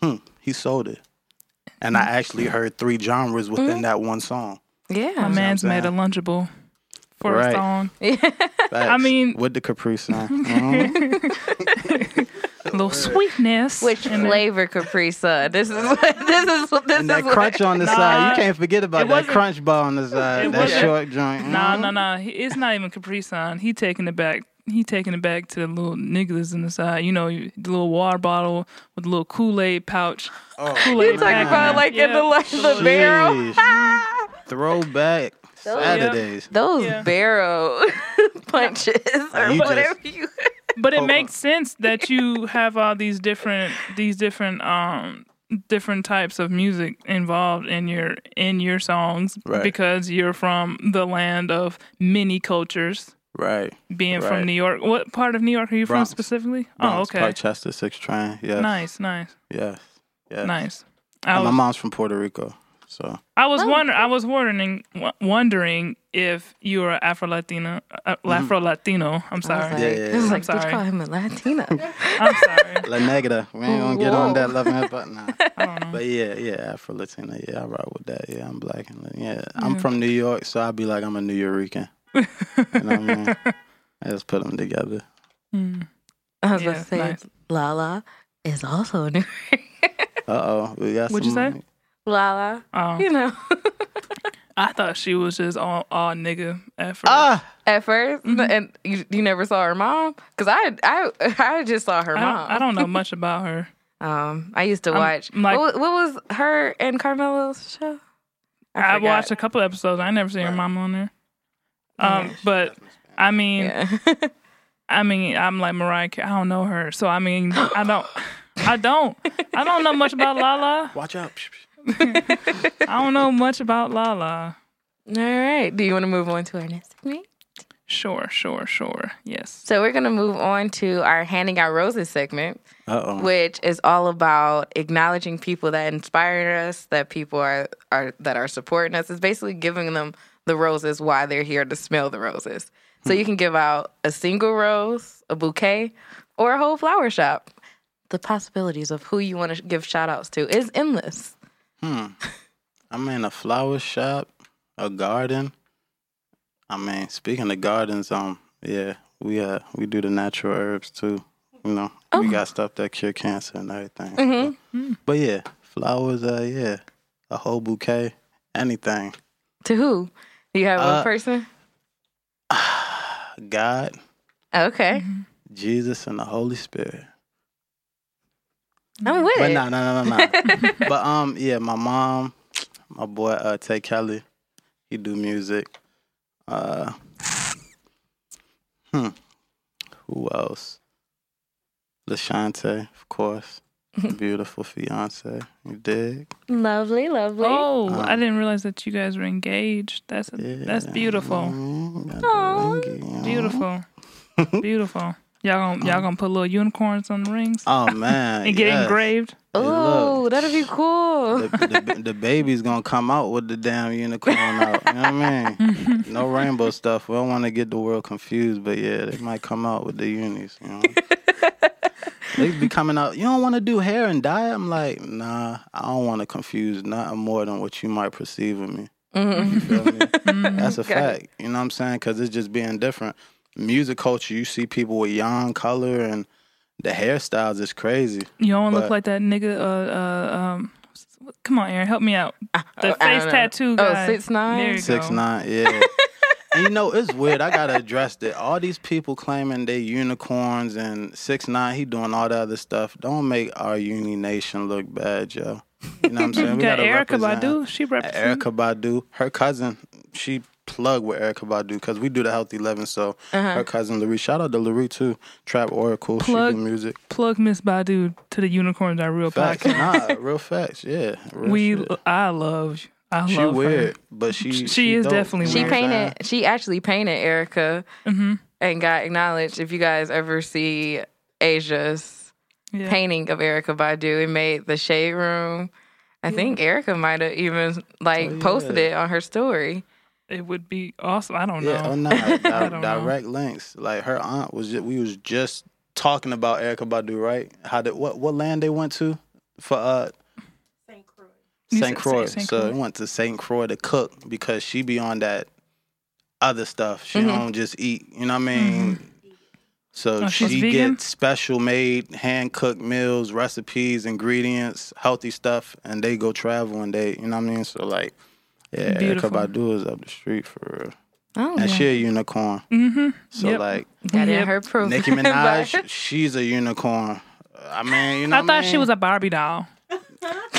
Speaker 4: hmm, he sold it. And I actually heard three genres within that one song.
Speaker 3: My
Speaker 2: yeah.
Speaker 3: man's
Speaker 4: I'm
Speaker 3: made a
Speaker 4: saying.
Speaker 3: lunchable for
Speaker 4: Right.
Speaker 3: a song.
Speaker 4: Facts.
Speaker 3: mean-
Speaker 4: with the Capri Sun. Mhm.
Speaker 3: A little sweetness.
Speaker 2: Which
Speaker 3: and then-
Speaker 2: flavor Capri Sun? This is what, this is what- this
Speaker 4: and that
Speaker 2: is what-
Speaker 4: crunch on the side. You can't forget
Speaker 3: it
Speaker 4: about that
Speaker 3: wasn't-
Speaker 4: crunch bar on the side.
Speaker 3: it
Speaker 4: That
Speaker 3: wasn't-
Speaker 4: short joint.
Speaker 3: Nah,
Speaker 4: Mhm.
Speaker 3: nah, nah. He, it's not even Capri Sun. He taking it back. He taking it back to the little niggas in the side. You know, the little water bottle with the little Kool Aid pouch.
Speaker 4: Oh,
Speaker 3: Kool Aid
Speaker 2: Talking about like in the like the barrel.
Speaker 4: Uh-huh. Sheesh. Throwback Saturdays.
Speaker 2: Those
Speaker 3: Yeah.
Speaker 2: barrel punches or
Speaker 4: You just-
Speaker 2: whatever you.
Speaker 3: but it
Speaker 4: Hold
Speaker 3: makes sense that you have all these different these different um different types of music involved in your in your songs
Speaker 4: Right.
Speaker 3: because you're from the land of many cultures.
Speaker 4: Right.
Speaker 3: Being
Speaker 4: Right.
Speaker 3: from New York, what part of New York are you
Speaker 4: Bronx.
Speaker 3: from specifically?
Speaker 4: Bronx
Speaker 3: oh, okay.
Speaker 4: Park, Chester Six Train. Yes.
Speaker 3: Nice, nice,
Speaker 4: Yes. Yes.
Speaker 3: nice. I
Speaker 4: And my
Speaker 3: was-
Speaker 4: mom's from Puerto Rico, so
Speaker 3: I
Speaker 2: Oh.
Speaker 3: was wonder I was wondering w- wondering if you were Afro Latina, uh, Afro Latino. I'm sorry.
Speaker 2: Like,
Speaker 4: Yeah, yeah,
Speaker 2: this
Speaker 4: yeah.
Speaker 2: is
Speaker 4: I'm
Speaker 2: like,
Speaker 3: sorry.
Speaker 2: Just call him a Latina.
Speaker 3: I'm sorry.
Speaker 4: La Negra. We ain't gonna get on
Speaker 2: Whoa.
Speaker 4: that love and hip hop now.
Speaker 3: I don't know.
Speaker 4: But yeah, yeah, Afro Latina. Yeah, I rock with that. Yeah, I'm black and Latin. yeah, I'm
Speaker 3: Mm.
Speaker 4: from New York, so I'd be like I'm a New Yorican. you know what I mean? I just put them together.
Speaker 2: I was
Speaker 3: Yeah,
Speaker 2: about to say
Speaker 3: nice.
Speaker 2: Lala is also new.
Speaker 4: Uh oh, we got.
Speaker 3: What'd you
Speaker 4: some-
Speaker 3: say?
Speaker 2: Lala,
Speaker 3: Um,
Speaker 2: you know.
Speaker 3: I thought she was just all all nigga at first.
Speaker 4: Ah,
Speaker 2: At 1st
Speaker 3: Mm-hmm.
Speaker 2: and you, you never saw her mom because I I I just saw her
Speaker 3: I,
Speaker 2: mom.
Speaker 3: don't, I don't know much about her.
Speaker 2: Um, I used to watch.
Speaker 3: I'm like-
Speaker 2: what, wa- what was her and Carmelo's show?
Speaker 3: I,
Speaker 2: forgot.
Speaker 3: watched a couple episodes. I never seen her mom on there. Um, but I mean,
Speaker 2: Yeah.
Speaker 3: I mean, I'm like Mariah. Carey. I don't know her, so I mean, I don't. I don't. I don't know much about Lala.
Speaker 4: watch out.
Speaker 3: I don't know much about Lala.
Speaker 2: All right. Do you want to move on to our next segment?
Speaker 3: Sure, sure, sure. Yes.
Speaker 2: So we're gonna move on to our handing out roses segment,
Speaker 4: Uh oh.
Speaker 2: which is all about acknowledging people that inspire us, that people are are that are supporting us. It's basically giving them the roses why they're here to smell the roses. So you can give out a single rose, a bouquet, or a whole flower shop. The possibilities of who you want to give shout outs to is endless.
Speaker 4: I mean, a flower shop, a garden. I mean, speaking of gardens, um, yeah, we uh we do the natural herbs too. You know, we got stuff that cure cancer and everything. So- But yeah, flowers. Uh, yeah, a whole bouquet, anything.
Speaker 2: To who? Do you have
Speaker 4: Uh,
Speaker 2: one person?
Speaker 4: God,
Speaker 2: Okay.
Speaker 4: Jesus, and the Holy Spirit.
Speaker 2: I'm with
Speaker 4: But
Speaker 2: it.
Speaker 4: no, no, no, no, no. but um, yeah, my mom, my boy uh, Tay Kelly, he do music. Uh, hmm, who else? Lashante, of course. Beautiful fiance, you dig?
Speaker 2: Lovely, lovely.
Speaker 3: Oh,
Speaker 4: Um,
Speaker 3: I didn't realize that you guys were engaged. That's that's beautiful,
Speaker 4: Oh,
Speaker 3: beautiful, beautiful. Y'all gonna y'all gonna put little unicorns on the rings
Speaker 4: Oh man,
Speaker 3: and get
Speaker 4: yes.
Speaker 3: engraved.
Speaker 2: Oh,
Speaker 4: look.
Speaker 2: that'd be cool.
Speaker 4: The, the, the baby's gonna come out with the damn unicorn out. You know what I mean? No rainbow stuff. We don't want to get the world confused, but yeah, they might come out with the unis. You know, they be coming out. You don't want to do hair and dye. I'm like, nah, I don't want to confuse nothing more than what you might perceive of me. You feel me? That's a fact. You know what I'm saying? Because it's just being different. Music culture, you see people with yarn color and the hairstyles is crazy.
Speaker 3: You don't look
Speaker 4: But-
Speaker 3: like that nigga. Uh, uh, um, what's Come on, Aaron, help me out.
Speaker 4: Uh,
Speaker 2: I
Speaker 3: The
Speaker 2: don't
Speaker 3: face
Speaker 2: know.
Speaker 3: tattoo
Speaker 2: Oh,
Speaker 3: guy.
Speaker 2: 6'9"?
Speaker 3: There you go.
Speaker 4: Six nine, yeah. and you know it's weird. I gotta address that. All these people claiming they unicorns and six nine. He doing all the other stuff. Don't make our uni nation look bad, yo. You know what I'm saying?
Speaker 3: Got Erica
Speaker 4: represent.
Speaker 3: Badu. She represents.
Speaker 4: Erica Badu, her cousin, she plug with Erica Badu because we do the Healthy Living. So her cousin Larry, shout out to Larry too, Trap Oracle,
Speaker 3: Uh-huh. Plug-
Speaker 4: she do music.
Speaker 3: Plug Miss Badu to the Unicorns Are Real
Speaker 4: Facts,
Speaker 3: podcast.
Speaker 4: nah, real facts, yeah. real
Speaker 3: We,
Speaker 4: shit.
Speaker 3: I love. you. I
Speaker 4: she
Speaker 3: love
Speaker 4: weird,
Speaker 3: her.
Speaker 4: but she
Speaker 3: She is
Speaker 4: dope,
Speaker 3: definitely
Speaker 2: She
Speaker 4: you know what I'm saying?
Speaker 2: painted. She actually painted Erica and got acknowledged. If you guys ever see Asia's
Speaker 3: Yeah.
Speaker 2: painting of Erica Badu, it made the shade room. I think Erica might have even like
Speaker 4: Oh,
Speaker 2: posted it on her story.
Speaker 3: It would be awesome. I don't
Speaker 4: Yeah,
Speaker 3: know.
Speaker 4: oh no, like, di-
Speaker 3: don't know.
Speaker 4: direct links. Like her aunt was, just, we was just talking about Erica Badu, right? How did what what land they went to for uh
Speaker 3: You
Speaker 4: St.
Speaker 3: said
Speaker 4: Croix.
Speaker 3: Saint- Saint
Speaker 4: So
Speaker 3: Croix.
Speaker 4: we went to St. Croix to cook because she be on that other stuff. She don't just eat. You know what I mean? So
Speaker 3: Mm-hmm. Oh, she's
Speaker 4: she
Speaker 3: vegan?
Speaker 4: gets special made, hand cooked meals, recipes, ingredients, healthy stuff, and they go travel and they, you know what I mean? So like, yeah,
Speaker 3: Beautiful.
Speaker 4: Erica Badu is up the street for real,
Speaker 2: Oh,
Speaker 4: and she a unicorn.
Speaker 3: Mm-hmm.
Speaker 4: So
Speaker 3: Yep.
Speaker 4: like,
Speaker 2: got
Speaker 3: Yep.
Speaker 2: in her proof.
Speaker 4: Nicki Minaj, she's a unicorn. I mean, you know.
Speaker 3: I
Speaker 4: what
Speaker 3: thought
Speaker 4: mean?
Speaker 3: she was a Barbie doll.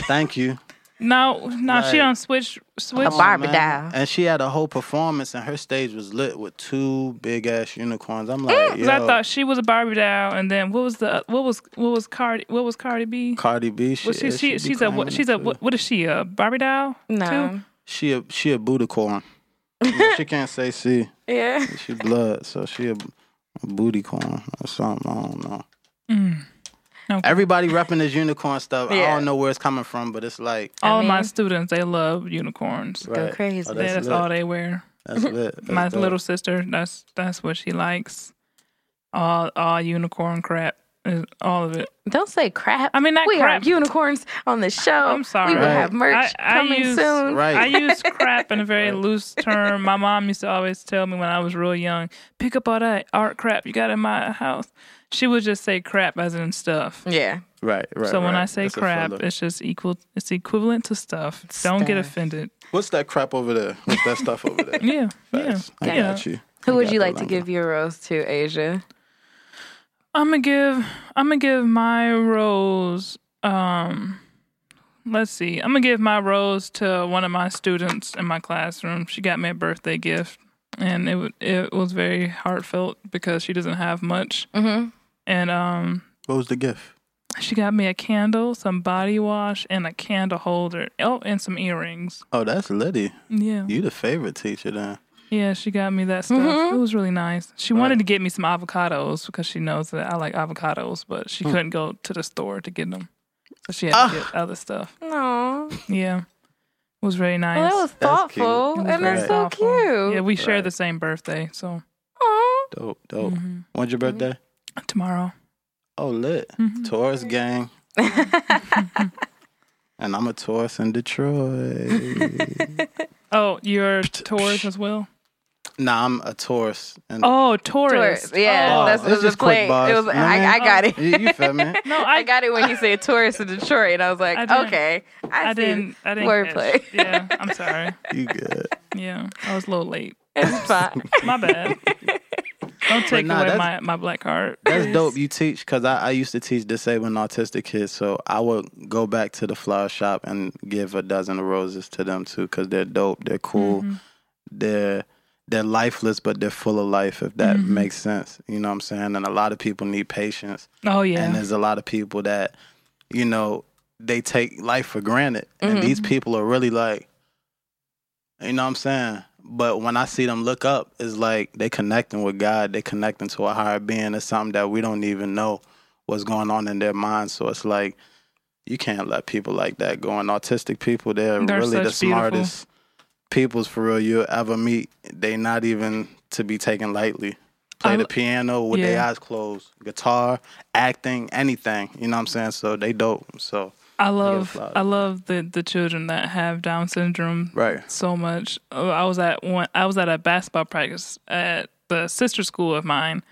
Speaker 4: Thank you.
Speaker 3: No, no, she
Speaker 4: Right.
Speaker 3: don't switch. Switch.
Speaker 2: A Barbie
Speaker 4: man.
Speaker 2: doll.
Speaker 4: And she had a whole performance, and her stage was lit with two big ass unicorns. I'm like, yo,
Speaker 3: Because I thought she was a Barbie doll, and then what was the what was what was Cardi what was Cardi B?
Speaker 4: Cardi B. She,
Speaker 3: Well, she,
Speaker 4: yeah,
Speaker 3: she,
Speaker 4: be
Speaker 3: she's a
Speaker 4: claiming
Speaker 3: what,
Speaker 4: it
Speaker 3: she's a
Speaker 4: too.
Speaker 3: what, what is she a Barbie doll?
Speaker 2: No.
Speaker 3: too?
Speaker 4: She a she a booticorn. You know, she can't say C.
Speaker 2: Yeah.
Speaker 4: She blood, so she a, booty corn or something. I don't know.
Speaker 3: Mm. Okay.
Speaker 4: Everybody repping this unicorn stuff. I
Speaker 2: Yeah.
Speaker 4: don't know where it's coming from, but it's like
Speaker 3: All of my
Speaker 2: mean-
Speaker 3: students they love unicorns.
Speaker 4: right.
Speaker 2: crazy.
Speaker 4: Oh,
Speaker 3: that's
Speaker 4: that's lit.
Speaker 3: all they wear.
Speaker 4: That's lit. That's
Speaker 3: my
Speaker 4: dope.
Speaker 3: little sister that's that's what she likes. All all unicorn crap, is- all of it.
Speaker 2: Don't say crap.
Speaker 3: I mean, not
Speaker 2: we
Speaker 3: crap.
Speaker 2: are unicorns on the show.
Speaker 3: I'm sorry.
Speaker 2: We will
Speaker 4: Right.
Speaker 2: have merch
Speaker 3: I- I
Speaker 2: coming
Speaker 3: use-
Speaker 2: soon.
Speaker 4: Right.
Speaker 3: I use crap in a very loose term. My mom used to always tell me when I was real young, pick up all that art crap you got in my house. She would just say crap as in stuff.
Speaker 2: Yeah.
Speaker 4: right, right.
Speaker 3: so when
Speaker 4: right.
Speaker 3: I say
Speaker 4: That's a
Speaker 3: crap,
Speaker 4: filler.
Speaker 3: it's just equal. It's equivalent to stuff. Don't get
Speaker 2: Stuff.
Speaker 3: offended.
Speaker 4: what's that crap over there? What's that stuff over there?
Speaker 3: Yeah,
Speaker 4: Facts.
Speaker 3: yeah,
Speaker 4: I
Speaker 3: yeah.
Speaker 4: got you.
Speaker 2: Who
Speaker 4: I
Speaker 2: would
Speaker 4: got
Speaker 2: you
Speaker 4: the
Speaker 2: like to
Speaker 4: lingo.
Speaker 2: give your rose to, Asia?
Speaker 3: I'm gonna give. I'm gonna give my rose. Um, let's see. I'm gonna give my rose to one of my students in my classroom. She got me a birthday gift, and it wa- it was very heartfelt because she doesn't have much.
Speaker 2: Mm-hmm.
Speaker 3: And um,
Speaker 4: What was the gift?
Speaker 3: she got me a candle, some body wash, and a candle holder. Oh, and some earrings.
Speaker 4: Oh, that's Liddy.
Speaker 3: Yeah,
Speaker 4: You the favorite teacher then.
Speaker 3: yeah. She got me that stuff.
Speaker 2: Mm-hmm.
Speaker 3: It was really nice. She wanted to get me some avocados because she knows that I like avocados, but she
Speaker 2: Hmm.
Speaker 3: couldn't go to the store to get them. So she had
Speaker 2: Ah.
Speaker 3: to get other stuff.
Speaker 2: No.
Speaker 3: Yeah. It was very nice.
Speaker 2: Well, that was
Speaker 4: That's cute.
Speaker 2: thoughtful,
Speaker 3: It was
Speaker 2: and
Speaker 3: very
Speaker 2: that's so
Speaker 3: thoughtful.
Speaker 2: cute.
Speaker 3: Yeah, we share
Speaker 4: Right.
Speaker 3: the same birthday, so
Speaker 2: Aw.
Speaker 3: Mm-hmm.
Speaker 4: Dope, dope. When's your birthday?
Speaker 3: tomorrow.
Speaker 4: Oh, lit.
Speaker 2: Mm-hmm.
Speaker 4: Taurus gang. and I'm a Taurus in Detroit.
Speaker 3: Oh, you're Taurus as well?
Speaker 4: nah, I'm a Taurus. In-
Speaker 3: Oh, Taurus.
Speaker 2: Taurus. Yeah,
Speaker 4: Oh,
Speaker 2: that's
Speaker 4: it's
Speaker 2: it was
Speaker 4: just
Speaker 2: just
Speaker 4: quick
Speaker 2: play.
Speaker 4: bars.
Speaker 2: It was.
Speaker 4: You know what I mean?
Speaker 2: I, I got it.
Speaker 4: you, you feel me?
Speaker 3: No, I,
Speaker 2: I got it when you said tourist in Detroit. I was like,
Speaker 3: I didn't-
Speaker 2: okay, I,
Speaker 3: I
Speaker 2: see.
Speaker 3: didn't I didn't
Speaker 2: Wordplay.
Speaker 3: catch. Yeah, I'm sorry.
Speaker 4: You good.
Speaker 3: Yeah. I was a little late.
Speaker 2: It's fine.
Speaker 3: My bad. Don't take
Speaker 4: nah,
Speaker 3: away
Speaker 4: that's-
Speaker 3: my, my black card.
Speaker 4: That's dope. You teach because I, I used to teach disabled and autistic kids, so I would go back to the flower shop and give a dozen of roses to them too because they're dope, they're cool,
Speaker 2: Mm-hmm.
Speaker 4: they're they're lifeless but they're full of life. If that
Speaker 2: Mm-hmm.
Speaker 4: makes sense, you know what I'm saying. And a lot of people need patience,
Speaker 3: Oh
Speaker 4: and
Speaker 3: yeah.
Speaker 4: there's a lot of people that you know they take life for granted,
Speaker 3: Mm-hmm.
Speaker 4: and these people are really like, you know what I'm saying. But when I see them look up, it's like they connecting with God. They connecting to a higher being. It's something that we don't even know what's going on in their mind. So it's like you can't let people like that go. And autistic people, they're,
Speaker 3: They're
Speaker 4: really the
Speaker 3: such beautiful.
Speaker 4: smartest peoples for real you'll ever meet. They not even to be taken lightly. Play
Speaker 3: I
Speaker 4: the
Speaker 3: l-
Speaker 4: piano with their
Speaker 3: yeah.
Speaker 4: eyes closed, guitar, acting, anything. You know what I'm saying? So they dope. So
Speaker 3: I love
Speaker 4: flowers.
Speaker 3: I love the, the children that have Down syndrome
Speaker 4: right.
Speaker 3: so much. Oh, I was at one. I was at a basketball practice at the sister school of mine,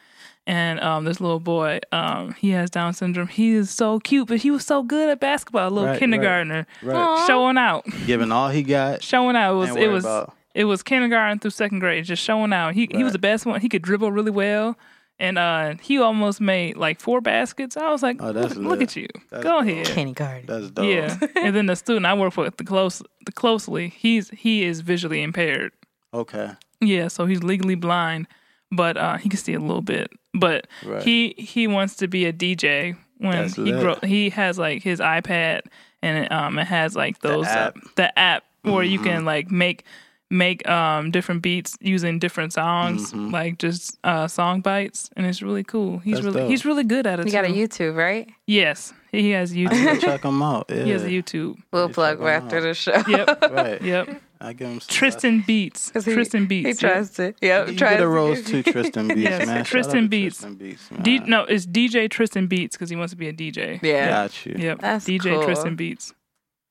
Speaker 3: and um, this little boy, um, he has Down syndrome. He is so cute, but he was so good at basketball. A little
Speaker 4: Right, right,
Speaker 3: kindergartner,
Speaker 4: right.
Speaker 3: showing out,
Speaker 4: Giving all he got.
Speaker 3: showing out. It was
Speaker 4: Ain't
Speaker 3: it
Speaker 4: worried
Speaker 3: was
Speaker 4: about.
Speaker 3: it was kindergarten through second grade, just showing out. He he was the best one. He could dribble really well, and uh, he almost made like four baskets. I was like,
Speaker 4: Oh, that's
Speaker 3: look, look
Speaker 4: lit.
Speaker 3: at you,
Speaker 4: That's
Speaker 3: go
Speaker 4: dope.
Speaker 3: ahead.
Speaker 2: Kindergarten.
Speaker 4: That's dope.
Speaker 3: Yeah, and then the student I work with the close the closely, he's he is visually impaired.
Speaker 4: Okay.
Speaker 3: Yeah, so he's legally blind, but uh, he can see a little bit. But
Speaker 4: Right.
Speaker 3: he he wants to be a DJ when
Speaker 4: That's
Speaker 3: he
Speaker 4: lit.
Speaker 3: grow. He has like his iPad and it, um it has like those uh,
Speaker 4: app. Mm-hmm.
Speaker 3: the app where you can like make make um different beats using different songs like just uh song bites and it's really cool. He's
Speaker 4: Mm-hmm. That's
Speaker 3: really
Speaker 4: dope.
Speaker 3: he's really good at it.
Speaker 2: You got a
Speaker 3: too.
Speaker 2: YouTube, right?
Speaker 3: Yes, he has
Speaker 4: I need to
Speaker 3: YouTube.
Speaker 4: check him out. Yeah.
Speaker 3: he has a YouTube.
Speaker 2: We'll plug
Speaker 4: check 'em
Speaker 2: after
Speaker 4: out.
Speaker 2: the show.
Speaker 3: Yep.
Speaker 4: Right.
Speaker 3: Yep.
Speaker 4: I give him some
Speaker 3: Tristan Beats.
Speaker 2: 'Cause he-
Speaker 3: Tristan
Speaker 2: He
Speaker 3: Beats.
Speaker 2: tries to. Yep.
Speaker 4: You
Speaker 2: tries
Speaker 4: get
Speaker 2: to-
Speaker 4: a rose to Tristan Beats,
Speaker 3: Yes,
Speaker 4: man. Shout out to
Speaker 3: Tristan Beats.
Speaker 4: Tristan Beats,
Speaker 3: D-
Speaker 4: man.
Speaker 3: no, it's DJ Tristan Beats because he wants to be a DJ.
Speaker 2: Yeah.
Speaker 4: Got you.
Speaker 3: Yep.
Speaker 2: That's
Speaker 3: DJ
Speaker 2: cool.
Speaker 3: Tristan Beats.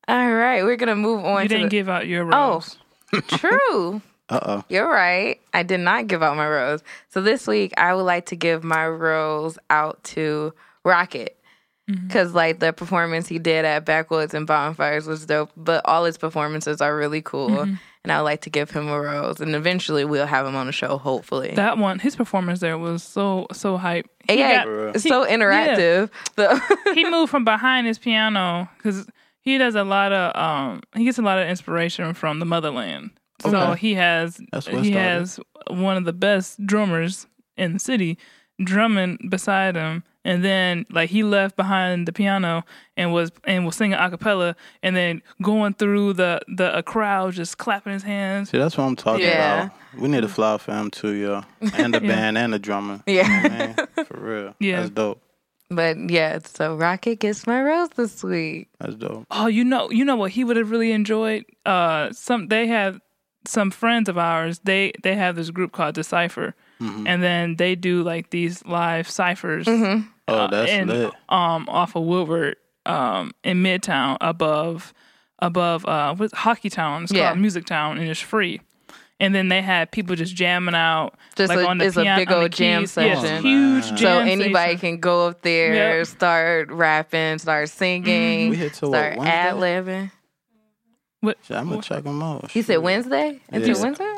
Speaker 2: All right. We're gonna move on. to
Speaker 3: You didn't
Speaker 2: the-
Speaker 3: give out your
Speaker 2: Oh.
Speaker 3: rose.
Speaker 2: True.
Speaker 4: Uh oh.
Speaker 2: You're right. I did not give out my rose. So this week, I would like to give my rose out to Rocket.
Speaker 3: Mm-hmm.
Speaker 2: Because, like, the performance he did at Backwoods and Bonfires was dope, but all his performances are really cool.
Speaker 3: Mm-hmm.
Speaker 2: And I would like to give him a rose. And eventually, we'll have him on the show, hopefully.
Speaker 3: That one, his performance there was so so hype. He
Speaker 2: yeah,
Speaker 3: got-
Speaker 2: it's so interactive. The-
Speaker 3: he moved from behind his piano because he does a lot of um he gets a lot of inspiration from the motherland. So
Speaker 4: Okay.
Speaker 3: he has
Speaker 4: That's where it
Speaker 3: he
Speaker 4: started.
Speaker 3: has one of the best drummers in the city drumming beside him, and then like he left behind the piano and was and was singing a cappella, and then going through the the a crowd just clapping his hands.
Speaker 4: See, that's what I'm talking
Speaker 2: Yeah.
Speaker 4: about. We need a flower fam too, yo. And the band and the drummer.
Speaker 2: yeah.
Speaker 4: Man, for real.
Speaker 3: Yeah.
Speaker 4: That's dope.
Speaker 2: But yeah, so Rocket gets my rose this week.
Speaker 4: That's dope.
Speaker 3: Oh, you know, you know what he would have really enjoyed. Uh, some they have some friends of ours. They they have this group called Decipher,
Speaker 4: Mm-hmm.
Speaker 3: and then they do like these live ciphers.
Speaker 2: Mm-hmm.
Speaker 4: Oh, that's
Speaker 3: Uh, and,
Speaker 4: lit.
Speaker 3: Um, off of Woodward, um, in Midtown above above uh, what's Hockey Town? It's
Speaker 2: Yeah.
Speaker 3: called Music Town, and it's free. And then they had people just jamming out,
Speaker 2: Just
Speaker 3: like
Speaker 2: a-
Speaker 3: on the
Speaker 2: it's a
Speaker 3: piano,
Speaker 2: big
Speaker 3: on the
Speaker 2: old jam
Speaker 3: keys. Yeah, it's
Speaker 2: session.
Speaker 3: huge
Speaker 4: So
Speaker 3: jam.
Speaker 2: so anybody
Speaker 3: session.
Speaker 2: can go up there,
Speaker 3: Yep.
Speaker 2: start rapping, start singing,
Speaker 4: Mm-hmm. We hit to what,
Speaker 2: start
Speaker 4: Wednesday?
Speaker 2: ad libbing.
Speaker 3: What-
Speaker 4: Shit, I'm gonna check them out.
Speaker 2: You said
Speaker 4: Shit.
Speaker 2: Wednesday? Is
Speaker 4: Yeah.
Speaker 2: it Wednesday?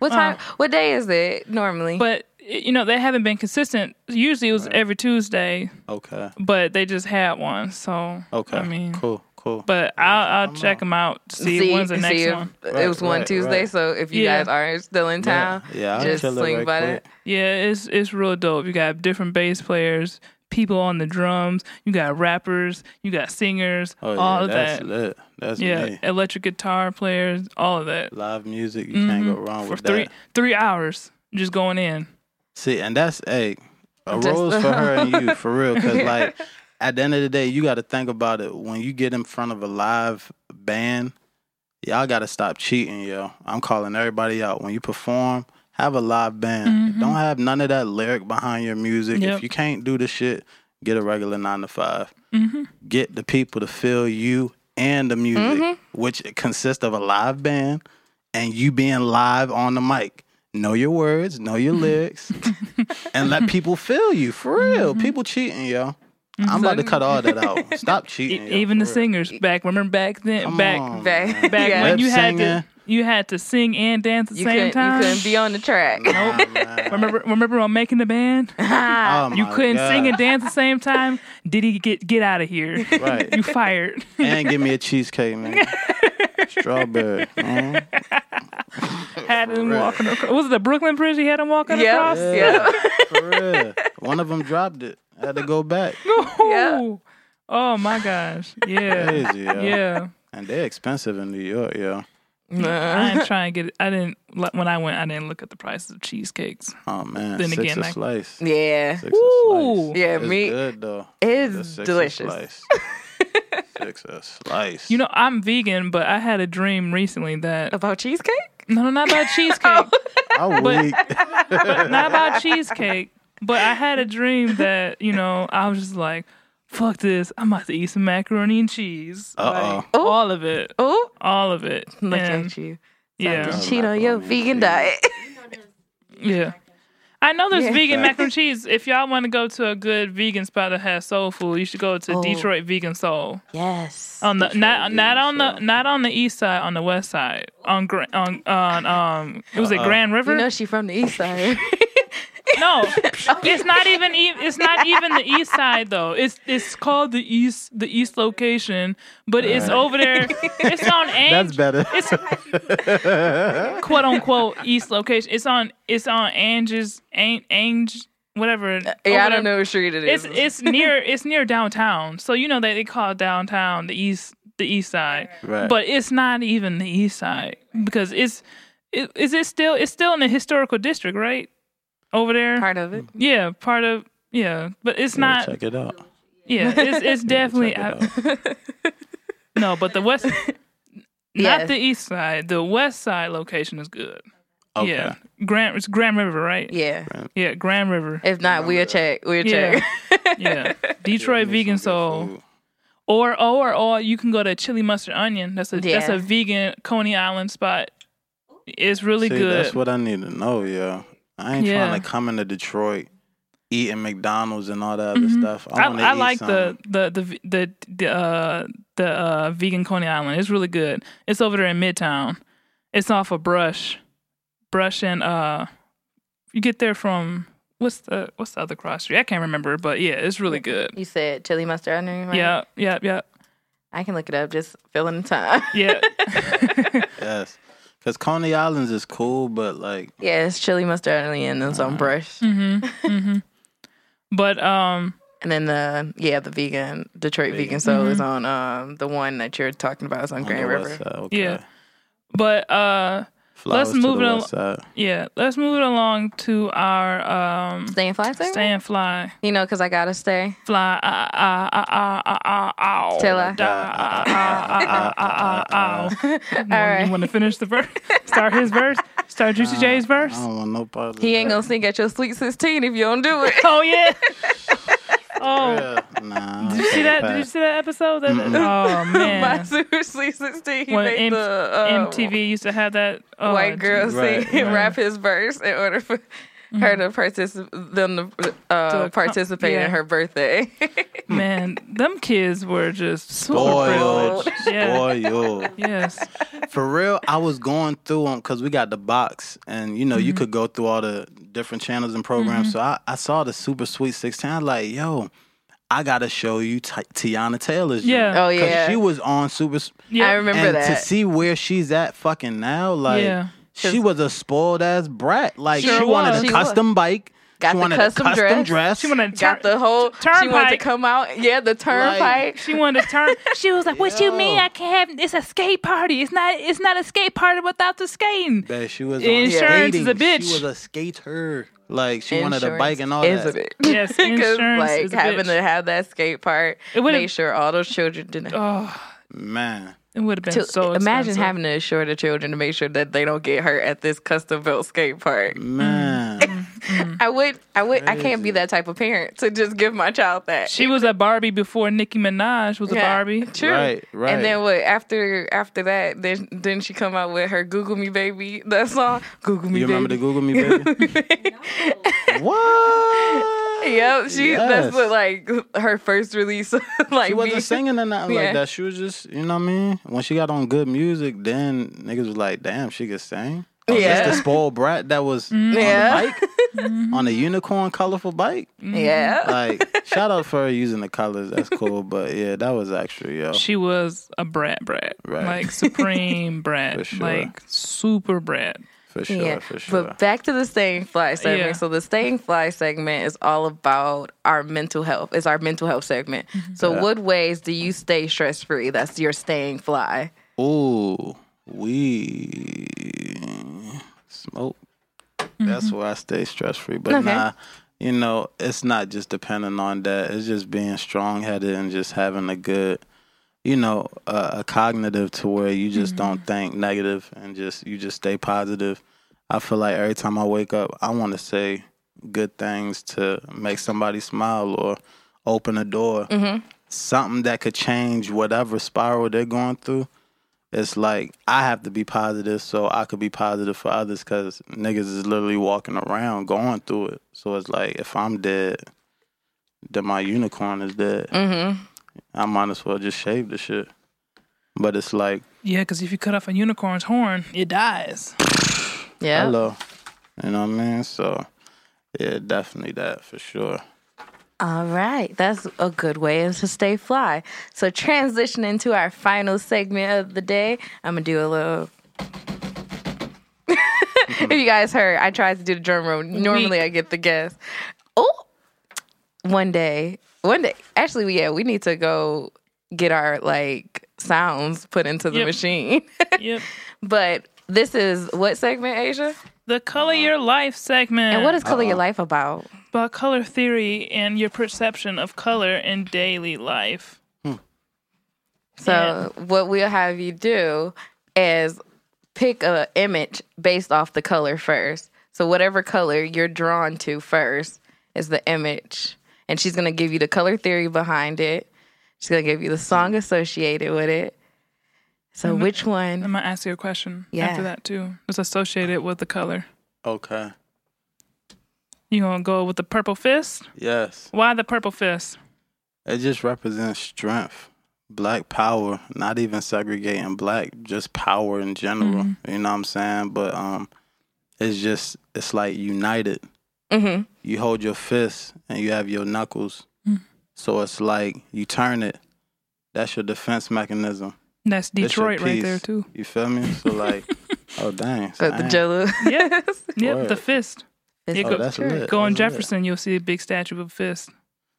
Speaker 2: What time? what day is it normally?
Speaker 3: Uh, But you know they haven't been consistent. Usually it was every Tuesday.
Speaker 4: Okay.
Speaker 3: but they just had one. So
Speaker 4: Okay.
Speaker 3: I mean,
Speaker 4: cool. Cool.
Speaker 3: but I'll I'll check them out. to See, when's the next
Speaker 2: if-
Speaker 3: one.
Speaker 2: It was
Speaker 4: Right,
Speaker 2: one
Speaker 4: right,
Speaker 2: Tuesday,
Speaker 4: right.
Speaker 2: so if you
Speaker 3: Yeah.
Speaker 2: guys are still in town,
Speaker 4: Yeah, I'll
Speaker 2: just
Speaker 4: chill it
Speaker 2: swing
Speaker 4: right
Speaker 2: by
Speaker 4: quick.
Speaker 2: it.
Speaker 3: Yeah, it's it's real dope. You got different bass players, people on the drums. You got rappers. You got singers.
Speaker 4: oh, yeah,
Speaker 3: all of
Speaker 4: that's
Speaker 3: that.
Speaker 4: lit. That's
Speaker 3: Yeah,
Speaker 4: me.
Speaker 3: electric guitar players. All of that
Speaker 4: Live music, you can't go wrong
Speaker 3: Mm-hmm. for
Speaker 4: with
Speaker 3: three
Speaker 4: that.
Speaker 3: three hours just going in.
Speaker 4: See, and that's hey, a
Speaker 2: Just-
Speaker 4: rose for her and you for real. Because like at the end of the day, you got to think about it. When you get in front of a live band, y'all got to stop cheating, yo. I'm calling everybody out. When you perform, have a live band. Don't have none of that lyric behind your music.
Speaker 3: Yep.
Speaker 4: If you can't do the shit, get a regular nine to 5 Get the people to feel you and the music, which consists of a live band and you being live on the mic. Know your words, know your lyrics, and let people feel you for real.
Speaker 3: Mm-hmm.
Speaker 4: People cheating, yo. I'm about to cut all that out. Stop
Speaker 3: E-
Speaker 4: cheating. yo,
Speaker 3: Even
Speaker 4: for
Speaker 3: the
Speaker 4: real.
Speaker 3: singers back. Remember back then.
Speaker 4: Come
Speaker 3: back
Speaker 4: on,
Speaker 2: Back,
Speaker 4: man.
Speaker 3: back
Speaker 2: yeah.
Speaker 3: when you
Speaker 4: Lip
Speaker 3: had to
Speaker 4: singing.
Speaker 3: you had to sing and dance at the
Speaker 2: you
Speaker 3: same
Speaker 2: couldn't,
Speaker 3: time.
Speaker 2: you couldn't be on the track.
Speaker 4: Nah, man.
Speaker 3: Remember, remember on making the band.
Speaker 4: Oh,
Speaker 3: You
Speaker 4: my
Speaker 3: couldn't
Speaker 4: God.
Speaker 3: sing and dance at the same time. Did he get get out of here?
Speaker 4: Right.
Speaker 3: You fired.
Speaker 4: and give me a cheesecake, man. Strawberry. mhm.
Speaker 3: had him
Speaker 4: Right.
Speaker 3: walking across. Was it the Brooklyn Bridge? He had him walking
Speaker 2: Yep.
Speaker 3: across.
Speaker 4: Yeah,
Speaker 2: Yeah.
Speaker 4: for real. One of them dropped it. I had to go back.
Speaker 3: Ooh. Oh my gosh. Yeah.
Speaker 4: Crazy, yo.
Speaker 3: Yeah.
Speaker 4: And they're expensive in New York, yo.
Speaker 3: I didn't try and get. It. I didn't like, when I went. I didn't look at the prices of cheesecakes.
Speaker 4: Oh man,
Speaker 3: Then
Speaker 4: six
Speaker 3: again,
Speaker 4: a
Speaker 3: like-
Speaker 4: slice.
Speaker 2: yeah.
Speaker 4: Six a
Speaker 3: Ooh.
Speaker 4: slice.
Speaker 2: Yeah,
Speaker 4: it's
Speaker 2: me-
Speaker 4: good though.
Speaker 2: It's
Speaker 4: six
Speaker 2: delicious.
Speaker 4: A slice. six a slice.
Speaker 3: You know, I'm vegan, but I had a dream recently that
Speaker 2: About cheesecake?
Speaker 3: no, no, not about cheesecake,
Speaker 4: I'm
Speaker 3: but-
Speaker 4: weak.
Speaker 3: not about cheesecake. But I had a dream that you know I was just like, fuck this. I'm about to eat some macaroni and cheese.
Speaker 4: Uh-oh.
Speaker 3: Like, all of it.
Speaker 2: Oh,
Speaker 3: all of it.
Speaker 2: look
Speaker 3: And,
Speaker 2: at you.
Speaker 3: Yeah,
Speaker 2: Cheat on your vegan diet.
Speaker 3: yeah. I know there's
Speaker 2: Yeah.
Speaker 3: vegan mac and cheese. If y'all want to go to a good vegan spot that has soul food, you should go to
Speaker 1: Oh.
Speaker 3: Detroit Vegan Soul
Speaker 1: Yes.
Speaker 3: on the
Speaker 4: Detroit
Speaker 3: not not
Speaker 4: Vegan
Speaker 3: on the
Speaker 4: Soul.
Speaker 3: not on the east side on the west side on Gra- on on um it
Speaker 4: Uh-uh.
Speaker 3: was a Grand River.
Speaker 2: You know she from the east side.
Speaker 3: No, it's not even. E- it's not even the east side though. It's it's called the east the east location, but it's over there. It's on
Speaker 4: That's
Speaker 3: Ang-
Speaker 4: better.
Speaker 3: It's quote unquote east location. It's on it's on Ange's Ang, Ang whatever.
Speaker 2: Uh, yeah, I
Speaker 3: over
Speaker 2: don't know what street it
Speaker 3: there.
Speaker 2: is.
Speaker 3: It's it's near it's near downtown. So you know that they call downtown the east the east side,
Speaker 4: Right.
Speaker 3: but it's not even the east side because it's it, is it still it's still in the historical district right over there.
Speaker 2: part of it.
Speaker 3: Yeah, part of yeah, but it's
Speaker 4: Yeah,
Speaker 3: not.
Speaker 4: check it out.
Speaker 3: Yeah, it's it's definitely
Speaker 4: Check
Speaker 3: I-
Speaker 4: it out.
Speaker 3: no, but the west,
Speaker 2: Yes.
Speaker 3: not the east side. The west side location is good.
Speaker 4: Okay.
Speaker 3: Yeah, Grand it's Grand River, right?
Speaker 2: Yeah.
Speaker 3: yeah, Grand River.
Speaker 2: If not, we'll check. We'll
Speaker 3: Yeah.
Speaker 2: check.
Speaker 3: Yeah, Detroit
Speaker 4: Need
Speaker 3: Vegan
Speaker 4: some
Speaker 3: Soul,
Speaker 4: good food.
Speaker 3: or or or you can go to Chili Mustard Onion. That's a that's
Speaker 2: Yeah.
Speaker 3: a vegan Coney Island spot. It's really
Speaker 4: See,
Speaker 3: good.
Speaker 4: That's what I need to know, yeah. I ain't
Speaker 3: Yeah.
Speaker 4: trying to come into Detroit eating McDonald's and all that other stuff. I,
Speaker 3: Mm-hmm. I,
Speaker 4: wanna
Speaker 3: I
Speaker 4: eat
Speaker 3: like the
Speaker 4: something.
Speaker 3: the the the the, uh, the uh, vegan Coney Island. It's really good. It's over there in Midtown. It's off of Brush, Brush and uh, you get there from what's the what's the other cross street? I can't remember, but yeah, it's really good.
Speaker 2: you said chili mustard onion. Right?
Speaker 3: Yeah, yeah, yeah,
Speaker 2: I can look it up. Just filling the time.
Speaker 3: yeah.
Speaker 4: yes. Cause Coney Islands is cool, but like
Speaker 2: yeah, it's chili mustard onion and some brush,
Speaker 3: but um,
Speaker 2: and then the yeah the vegan Detroit vegan, soul is on um the one that you're talking about is on,
Speaker 4: on
Speaker 2: Grand
Speaker 4: the
Speaker 2: River.
Speaker 4: west side, okay.
Speaker 3: yeah, but uh,
Speaker 4: Flowers
Speaker 3: Let's
Speaker 4: to
Speaker 3: move
Speaker 4: the
Speaker 3: it al-
Speaker 4: west side.
Speaker 3: yeah. Let's move it along to our um,
Speaker 2: Staying fly saver?
Speaker 3: stay and fly,
Speaker 2: You know, because I gotta stay.
Speaker 3: fly, ah ah ah ah ah ah.
Speaker 2: Till I-
Speaker 3: ah ah ah ah ah.
Speaker 2: All
Speaker 3: You
Speaker 2: right.
Speaker 3: want to finish the verse? Start his verse? Start Juicy
Speaker 2: Uh,
Speaker 3: J's verse?
Speaker 4: I don't want no part of
Speaker 2: He ain't
Speaker 4: that.
Speaker 2: gonna sing at your sweet sixteen if you don't do it.
Speaker 3: Oh, yeah. Oh.
Speaker 4: Yeah, Nah.
Speaker 3: Did you see that? Did you see that episode? That,
Speaker 2: My
Speaker 3: oh, man.
Speaker 2: super sweet sixteen. He
Speaker 3: When
Speaker 2: made
Speaker 3: M-
Speaker 2: the um,
Speaker 3: MTV used to have that. Oh,
Speaker 2: white girl
Speaker 4: geez. Right,
Speaker 2: sing
Speaker 4: right.
Speaker 2: rap his verse in order for her to participate them to uh,
Speaker 3: To com-
Speaker 2: participate
Speaker 3: yeah.
Speaker 2: in her birthday.
Speaker 3: Man, them kids were just super
Speaker 4: Spoiled.
Speaker 3: privileged. Yeah.
Speaker 4: Spoiled.
Speaker 3: Yes.
Speaker 4: For real, I was going through them because we got the box, and you know you could go through all the different channels and programs. So I, I saw the Super Sweet Sixteen. I was like, yo, I gotta show you Ti Tiana Taylor's. joint.
Speaker 3: Yeah.
Speaker 2: Oh, yeah.
Speaker 4: she was on Super. S-
Speaker 3: Yeah.
Speaker 2: I remember
Speaker 4: and to
Speaker 2: that.
Speaker 4: see where she's at fucking now, like
Speaker 3: Yeah.
Speaker 4: she was a spoiled ass brat. Like
Speaker 3: Sure
Speaker 4: she wanted
Speaker 3: was.
Speaker 4: a
Speaker 3: She
Speaker 4: custom bike.
Speaker 2: Got
Speaker 4: she
Speaker 2: the
Speaker 4: wanted
Speaker 2: custom
Speaker 4: a custom
Speaker 2: dress.
Speaker 4: dress.
Speaker 3: She wanted to
Speaker 2: Got
Speaker 3: turn,
Speaker 2: the whole she wanted to
Speaker 3: turnpike.
Speaker 2: come out. Yeah, the turnpike.
Speaker 3: She wanted to turn. She was like, "What you mean?
Speaker 4: Yo.
Speaker 3: I can't have? It's a skate party. It's not. It's not a skate party without the skating."
Speaker 4: Man, she was on
Speaker 3: Insurance is a
Speaker 4: skating.
Speaker 3: bitch.
Speaker 4: She was a skater. Like she wanted a bike and all
Speaker 2: is
Speaker 4: that.
Speaker 2: a bitch.
Speaker 3: Yes,
Speaker 2: 'Cause,
Speaker 3: insurance
Speaker 2: like
Speaker 3: is a
Speaker 2: having
Speaker 3: bitch.
Speaker 2: to have that skate park,
Speaker 3: It would've-
Speaker 2: make sure all those children didn't.
Speaker 3: Oh,
Speaker 4: Man,
Speaker 3: it would have
Speaker 2: to,
Speaker 3: been so.
Speaker 2: imagine
Speaker 3: expensive.
Speaker 2: having to assure the children to make sure that they don't get hurt at this custom built skate park.
Speaker 4: Mm-hmm. man.
Speaker 2: Mm. I would, I would, I can't be that type of parent to just give my child that.
Speaker 3: She was a Barbie before Nicki Minaj was a
Speaker 2: Yeah,
Speaker 3: Barbie.
Speaker 2: True.
Speaker 4: Right, right.
Speaker 2: And then what? After after that, then didn't she come out with her "Google Me, Baby" that song? Google Me,
Speaker 4: You remember the
Speaker 2: baby.
Speaker 4: Google Me baby? what?
Speaker 2: Yep, she
Speaker 4: Yes.
Speaker 2: that's what, like her first release. like me.
Speaker 4: She wasn't singing or nothing
Speaker 2: Yeah.
Speaker 4: like that. She was just, you know what I mean? When she got on good music, then niggas was like, damn, she could sing. Oh,
Speaker 2: Yeah. Mm-hmm.
Speaker 4: That's the spoiled brat that was
Speaker 2: Yeah.
Speaker 4: on the bike, on a unicorn colorful bike.
Speaker 2: Yeah,
Speaker 4: Like, shout out for her using the colors. That's cool. But yeah, that was actually, yo.
Speaker 3: She was a brat, brat,
Speaker 4: Right.
Speaker 3: like supreme brat,
Speaker 4: sure.
Speaker 3: like super brat.
Speaker 4: For sure,
Speaker 2: yeah.
Speaker 4: for sure.
Speaker 2: But back to the staying fly segment.
Speaker 3: Yeah.
Speaker 2: So the staying fly segment is all about our mental health. It's our mental health segment.
Speaker 4: Mm-hmm.
Speaker 2: So what ways do you stay stress free? That's your staying fly.
Speaker 4: Ooh, Oh, we smoke. That's where I stay stress free. But
Speaker 2: Okay.
Speaker 4: nah, you know, it's not just depending on that. It's just being strong headed and just having a good, you know, uh, a cognitive to where you just don't think negative and just you just stay positive. I feel like every time I wake up, I want to say good things to make somebody smile or open a door, something that could change whatever spiral they're going through it's like I have to be positive so I could be positive for others because niggas is literally walking around going through it. So it's like if I'm dead, then my unicorn is dead.
Speaker 2: Mm-hmm.
Speaker 4: I might as well just shave the shit. But it's like
Speaker 3: Yeah, because if you cut off a unicorn's horn, it dies.
Speaker 2: Yeah.
Speaker 4: hello, you know what I mean? So yeah, definitely that for sure.
Speaker 2: All right, that's a good way to stay fly. So transitioning to our final segment of the day, I'm gonna do a little. if you guys heard, I tried to do the drum roll. Normally, I get the guess. Oh, one day, one day. Actually, we- yeah, we need to go get our like sounds put into the
Speaker 3: Yep.
Speaker 2: machine.
Speaker 3: Yep.
Speaker 2: but this is what segment, Asia?
Speaker 3: The color
Speaker 4: Uh-huh.
Speaker 3: your life segment.
Speaker 2: And what is Color Your Life about?
Speaker 3: about color theory and your perception of color in daily life?
Speaker 2: So what we'll have you do is pick a image based off the color first. So whatever color you're drawn to first is the image, and she's gonna give you the color theory behind it. She's gonna give you the song associated with it. So which
Speaker 3: I'm
Speaker 2: one?
Speaker 3: gonna ask you a question
Speaker 2: Yeah.
Speaker 3: after that too. It's associated with the color.
Speaker 4: Okay.
Speaker 3: You gonna go with the purple fist?
Speaker 4: Yes.
Speaker 3: Why the purple fist?
Speaker 4: It just represents strength, black power, not even segregating black, just power in general.
Speaker 3: Mm-hmm.
Speaker 4: You know what I'm saying? But um it's just it's like united.
Speaker 2: Mm-hmm.
Speaker 4: You hold your fist and you have your knuckles.
Speaker 3: Mm.
Speaker 4: So it's like you turn it. That's your defense mechanism.
Speaker 3: That's
Speaker 4: That's your
Speaker 3: Detroit right
Speaker 4: peace.
Speaker 3: there too.
Speaker 4: You feel me? So like oh dang.
Speaker 2: So the
Speaker 4: dang.
Speaker 2: Jello.
Speaker 3: Yeah. Yep,
Speaker 4: Word.
Speaker 3: the fist.
Speaker 2: It's
Speaker 3: Yeah,
Speaker 4: Oh,
Speaker 3: go-
Speaker 4: that's
Speaker 2: true.
Speaker 4: lit.
Speaker 3: Go on
Speaker 4: That's lit.
Speaker 3: Jefferson, you'll see a big statue of a fist.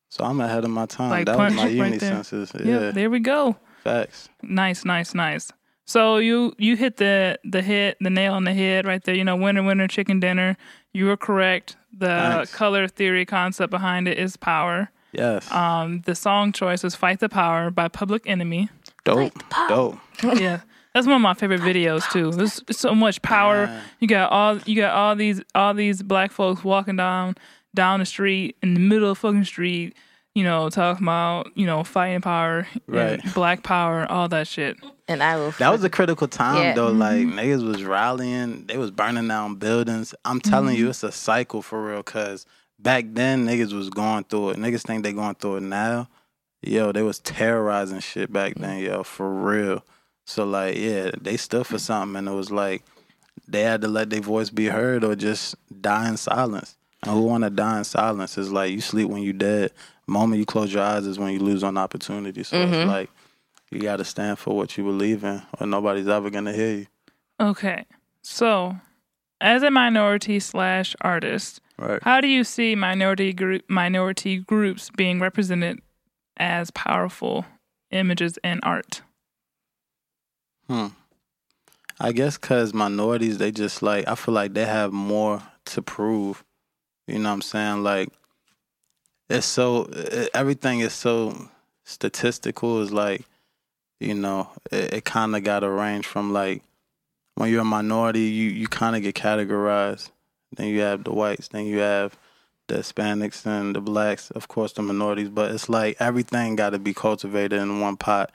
Speaker 4: So I'm ahead of my time.
Speaker 3: Like
Speaker 4: that was
Speaker 3: punch
Speaker 4: my
Speaker 3: right
Speaker 4: uni
Speaker 3: there.
Speaker 4: senses. Yeah.
Speaker 3: Yep, there we go.
Speaker 4: Facts.
Speaker 3: Nice, nice, nice. So you you hit the the hit the nail on the head right there. You know, winner winner chicken dinner. You were correct. The
Speaker 4: Thanks.
Speaker 3: color theory concept behind it is power.
Speaker 4: Yes.
Speaker 3: Um, the song choice was "Fight the Power" by Public Enemy.
Speaker 4: dope. Dope.
Speaker 3: yeah that's one of my favorite videos too there's so much power you got all you got all these all these black folks walking down down the street in the middle of fucking street you know talking about you know fighting power and
Speaker 4: Right.
Speaker 3: black power all that shit
Speaker 2: And I will.
Speaker 4: That was a critical time
Speaker 2: Yeah.
Speaker 4: though. Like niggas was rallying, they was burning down buildings. I'm telling you, it's a cycle for real. Cause back then niggas was going through it. Niggas think they going through it now. Yo, they was terrorizing shit back then, yo, for real. So like, yeah, they stood for something, and it was like they had to let their voice be heard or just die in silence. And who want to die in silence is like you sleep when you dead. Moment you close your eyes is when you lose on opportunity. So it's like you got to stand for what you believe in, or nobody's ever gonna hear you.
Speaker 3: okay so as a minority slash artist
Speaker 4: Right.
Speaker 3: how do you see minority group minority groups being represented as powerful images in art
Speaker 4: Hmm. I guess because minorities, they just like I feel like they have more to prove. You know what I'm saying? Like it's so e- everything is so statistical. Is like you know it, it kind of got to range from like when you're a minority, you you kind of get categorized. Then you have the whites. Then you have the Hispanics and the blacks. Of course, the minorities. But it's like everything got to be cultivated in one pot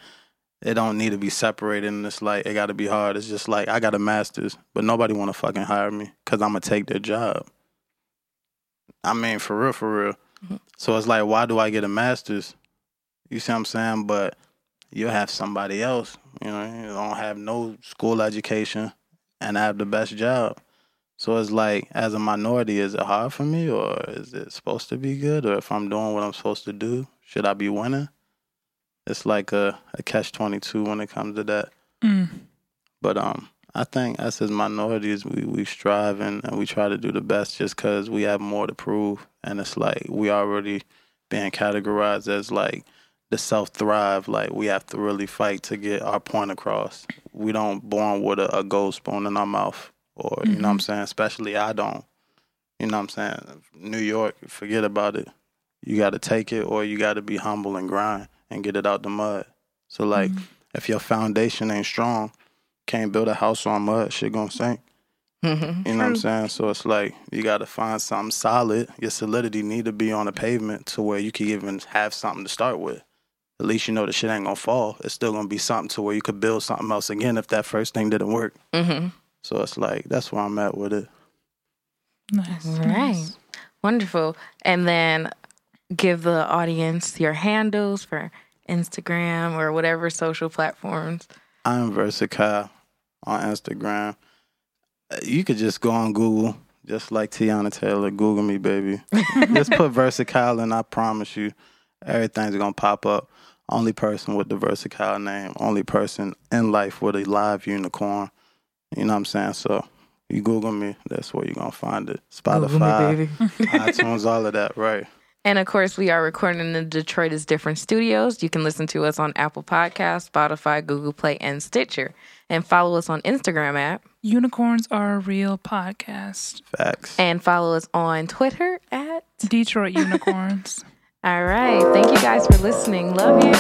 Speaker 4: it don't need to be separated and it's like it got to be hard it's just like i got a master's but nobody want to fucking hire me because i'm gonna take their job i mean for real for real so it's like why do i get a master's you see what i'm saying but you'll have somebody else you know you don't have no school education and i have the best job so it's like as a minority is it hard for me or is it supposed to be good or if i'm doing what i'm supposed to do should i be winning it's like a, a catch 22 when it comes to that
Speaker 3: Mm.
Speaker 4: but um i think us as minorities we, we strive and, and we try to do the best just because we have more to prove and it's like we already being categorized as like the self thrive like we have to really fight to get our point across we don't born with a, a gold spoon in our mouth or you know what i'm saying especially i don't you know what i'm saying new york forget about it you got to take it or you got to be humble and grind and get it out the mud. So like, if your foundation ain't strong, can't build a house on mud, shit gonna sink.
Speaker 2: Mhm.
Speaker 4: You know what I'm saying? So it's like you got to find something solid. Your solidity need to be on the pavement to where you can even have something to start with. at least you know the shit ain't gonna fall. It's still gonna be something to where you could build something else again if that first thing didn't work.
Speaker 2: Mm-hmm.
Speaker 4: So it's like that's where I'm at with it.
Speaker 3: Nice.
Speaker 2: Right. Wonderful. And then give the audience your handles for Instagram or whatever social platforms.
Speaker 4: I'm Versatile on Instagram. Uh, You could just go on Google, just like Tiana Taylor. Google me, baby. just put Versatile, and I promise you, everything's gonna pop up. Only person with the Versatile name, only person in life with a live unicorn. You know what I'm saying? So you Google me, that's where you're gonna find it. Spotify, iTunes, all of that, right?
Speaker 2: And of course, we are recording in the Detroit is Different studios. You can listen to us on Apple Podcasts, Spotify, Google Play, and Stitcher. And follow us on Instagram at,
Speaker 3: Unicorns are a real podcast.
Speaker 4: Facts.
Speaker 2: and follow us on Twitter at.
Speaker 3: Detroit unicorns.
Speaker 2: All right. Thank you guys for listening. Love you.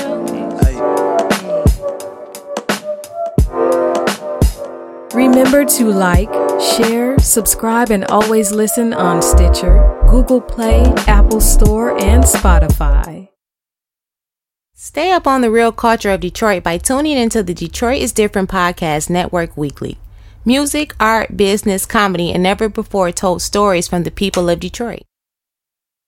Speaker 6: Remember to like, share, subscribe, and always listen on Stitcher, Google Play, Apple Store, and Spotify.
Speaker 1: Stay up on the real culture of Detroit by tuning into the Detroit is Different podcast network weekly. Music, art, business, comedy, and never before told stories from the people of Detroit.